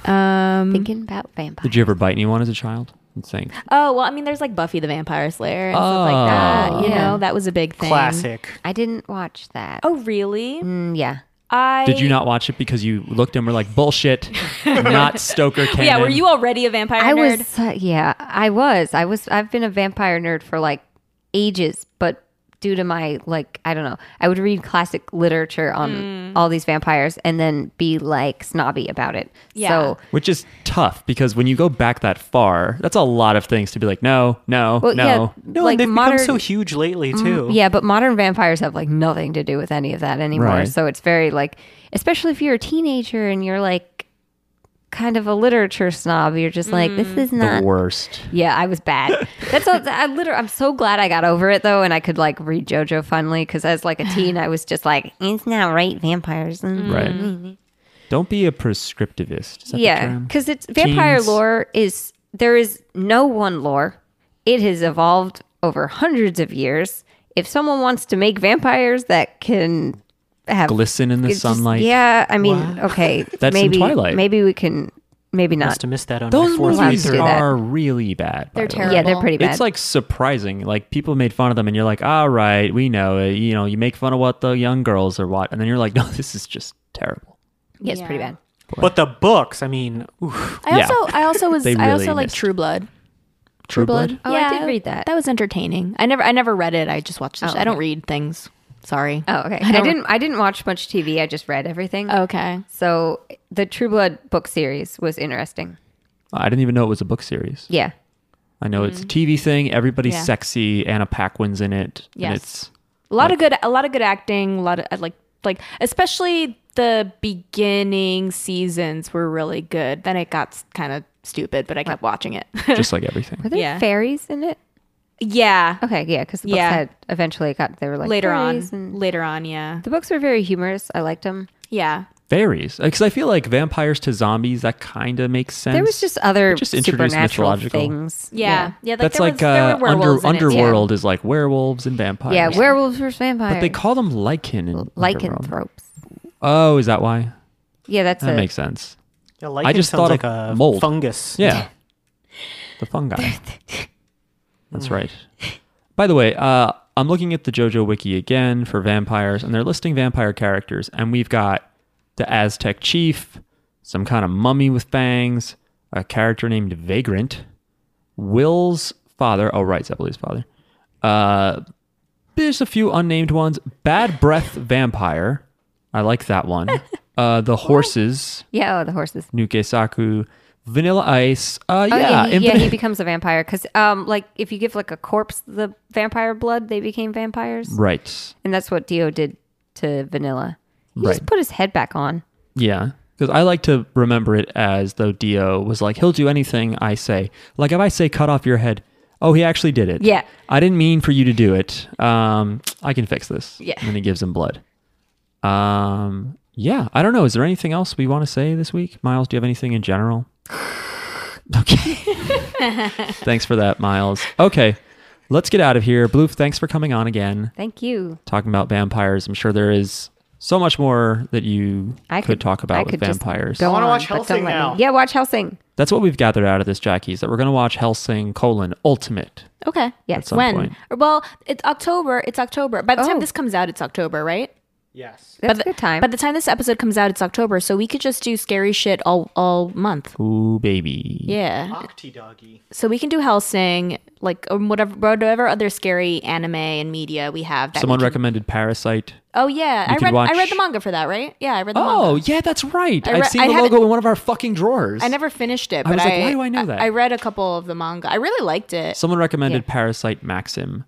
Um, Thinking about vampires. Did you ever bite anyone as a child? and saying Oh well, I mean, there's like Buffy the Vampire Slayer and stuff like Oh. that. You Yeah. know, that was a big thing. Classic. I didn't watch that. Oh really? Mm, yeah. I Did you not watch it because you looked and were like, bullshit, [LAUGHS] not Stoker canon? Oh, Yeah, were you already a vampire I nerd? was uh, yeah, I was. I was I've been a vampire nerd for like ages, but due to my like I don't know, I would read classic literature on Mm. all these vampires and then be like snobby about it. Yeah. So Which is tough because when you go back that far, that's a lot of things to be like, no, no, Well, no. yeah, No, like and they've modern Mm, become so huge lately too. Yeah, but modern vampires have like nothing to do with any of that anymore. Right. So it's very like, especially if you're a teenager and you're like kind of a literature snob, you're just like, Mm. this is not. The worst. Yeah, I was bad. That's all, I literally. I'm so glad I got over it though, and I could like read JoJo finally because as like a teen, I was just like, it's not right, vampires. Mm. Right. Don't be a prescriptivist. Is that the Yeah, term? because it's vampire Teens. lore is there is no one lore. It has evolved over hundreds of years. If someone wants to make vampires that can have Glisten in the it's just- sunlight. yeah, I mean, okay, [LAUGHS] That's in maybe Twilight. maybe we can, maybe not. Must have missed that on Those my fourth movies to read do that. are really bad. by They're the way. terrible. Yeah, they're pretty bad. It's like surprising. Like people made fun of them, and you're like, "All right, we know it." You know, you make fun of what the young girls are what, and then you're like, [LAUGHS] "No, this is just terrible." yeah, it's pretty bad. But the books, I mean, oof. I Yeah. also [LAUGHS] I also was They I really also like missed. True Blood. True Blood. Oh, I did read that. That was entertaining. I never I never read it. I just watched the Oh, show. I don't read things. Sorry. Oh, okay. I, didn't. I didn't watch much TV. I just read everything. Okay. So the True Blood book series was interesting. I didn't even know it was a book series. Yeah, Mm-hmm. I know it's a TV thing. Everybody's Yeah. sexy. Anna Paquin's in it. And Yes. it's A lot of good a lot of good acting, a lot of I like like especially the beginning seasons were really good. Then it got kind of stupid, but I kept watching it. [LAUGHS] just like everything. [LAUGHS] were there Yeah. fairies in it? yeah. Okay, yeah, because the Yeah. books had eventually got they were like later on. fairies and- Later on, yeah. the books were very humorous. I liked them. Yeah. Varies because I feel like vampires to zombies that kind of makes sense. There was just other just introduced supernatural mythological. things. Yeah. Yeah, like That's there like was, there uh, were werewolves under, in it, too. Underworld is like werewolves and vampires. yeah, werewolves versus vampires. But they call them lichen and lycanthropes. Oh, is that why? Yeah, that's That a, makes sense. yeah, lichen I just sounds thought like of a mold. fungus. Yeah. [LAUGHS] the fungi. That's right. By the way, uh, I'm looking at the JoJo Wiki again for vampires, and they're listing vampire characters, and we've got the Aztec chief, some kind of mummy with fangs, a character named Vagrant, Will's father. Oh, right, Zeppeli's father. Uh, there's a few unnamed ones. Bad Breath Vampire. I like that one. Uh, the horses. yeah. Oh, the horses. Nuke Saku, Vanilla Ice. Uh, Oh, yeah, yeah, he, yeah, Infinite- he becomes a vampire because, um, like if you give like a corpse the vampire blood, they became vampires, right, and that's what Dio did to Vanilla. He Right. just put his head back on. yeah. Because I like to remember it as though Dio was like, he'll do anything I say. Like if I say cut off your head, oh, he actually did it. Yeah. I didn't mean for you to do it. Um, I can fix this. Yeah. And then he gives him blood. Um, yeah. I don't know. Is there anything else we want to say this week, Miles? Do you have anything in [SIGHS] general? okay. [LAUGHS] thanks for that, Miles. Okay. Let's get out of here. Bloof, thanks for coming on again. Thank you. talking about vampires. I'm sure there is so much more that you I could, could- talk about I with could just vampires. Go wanna on, watch but don't Hellsing let me- now. Yeah, watch Helsing. That's what we've gathered out of this, Jackie, is that we're going to watch Hellsing colon Ultimate. Okay. Yes. some when? point. Well, it's October. It's October. By the time Oh. this comes out, it's October, right? Yes. That's by the, a good time. By the time this episode comes out, it's October, so we could just do scary shit all all month. Ooh, baby. Yeah. Octi doggy. So we can do Helsing, like um, whatever whatever other scary anime and media we have. That we Someone can- recommended Parasite. Oh yeah, I could read I watch- read the manga for that, right? Yeah, I read the manga. Oh, yeah, that's right. I I've re- seen I the haven't- logo in one of our fucking drawers. I never finished it, I but was like, why do I know that? I read a couple of the manga. I really liked it. Someone recommended Parasite Maxim,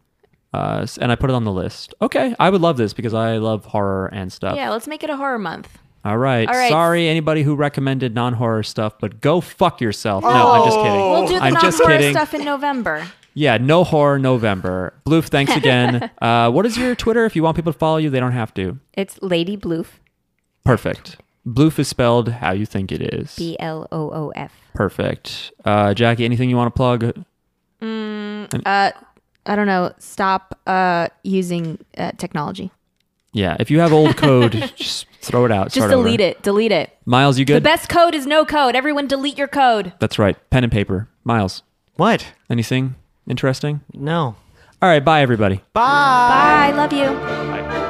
uh, s- and I put it on the list. Okay, I would love this because I love horror and stuff. yeah, let's make it a horror month. All right. All right. Sorry, anybody who recommended non horror stuff, but go fuck yourself. No, I'm just kidding. We'll do the I'm just non-horror kidding. stuff in November. Yeah, no horror November. Bloof, thanks [LAUGHS] again. uh, what is your Twitter? If you want people to follow you, they don't have to. it's Lady Bloof. Perfect. Bloof is spelled how you think it is. B L O O F. Perfect. Uh, Jackie, anything you want to plug? I don't know. Stop uh, using uh, technology. Yeah, if you have old [LAUGHS] code, just throw it out. Just delete it. Delete it. Miles, you The good? best code is no code. Everyone delete your code. That's right. Pen and paper. Miles. What? Anything interesting? No. All right. Bye, everybody. Bye. Bye. Love you. Bye.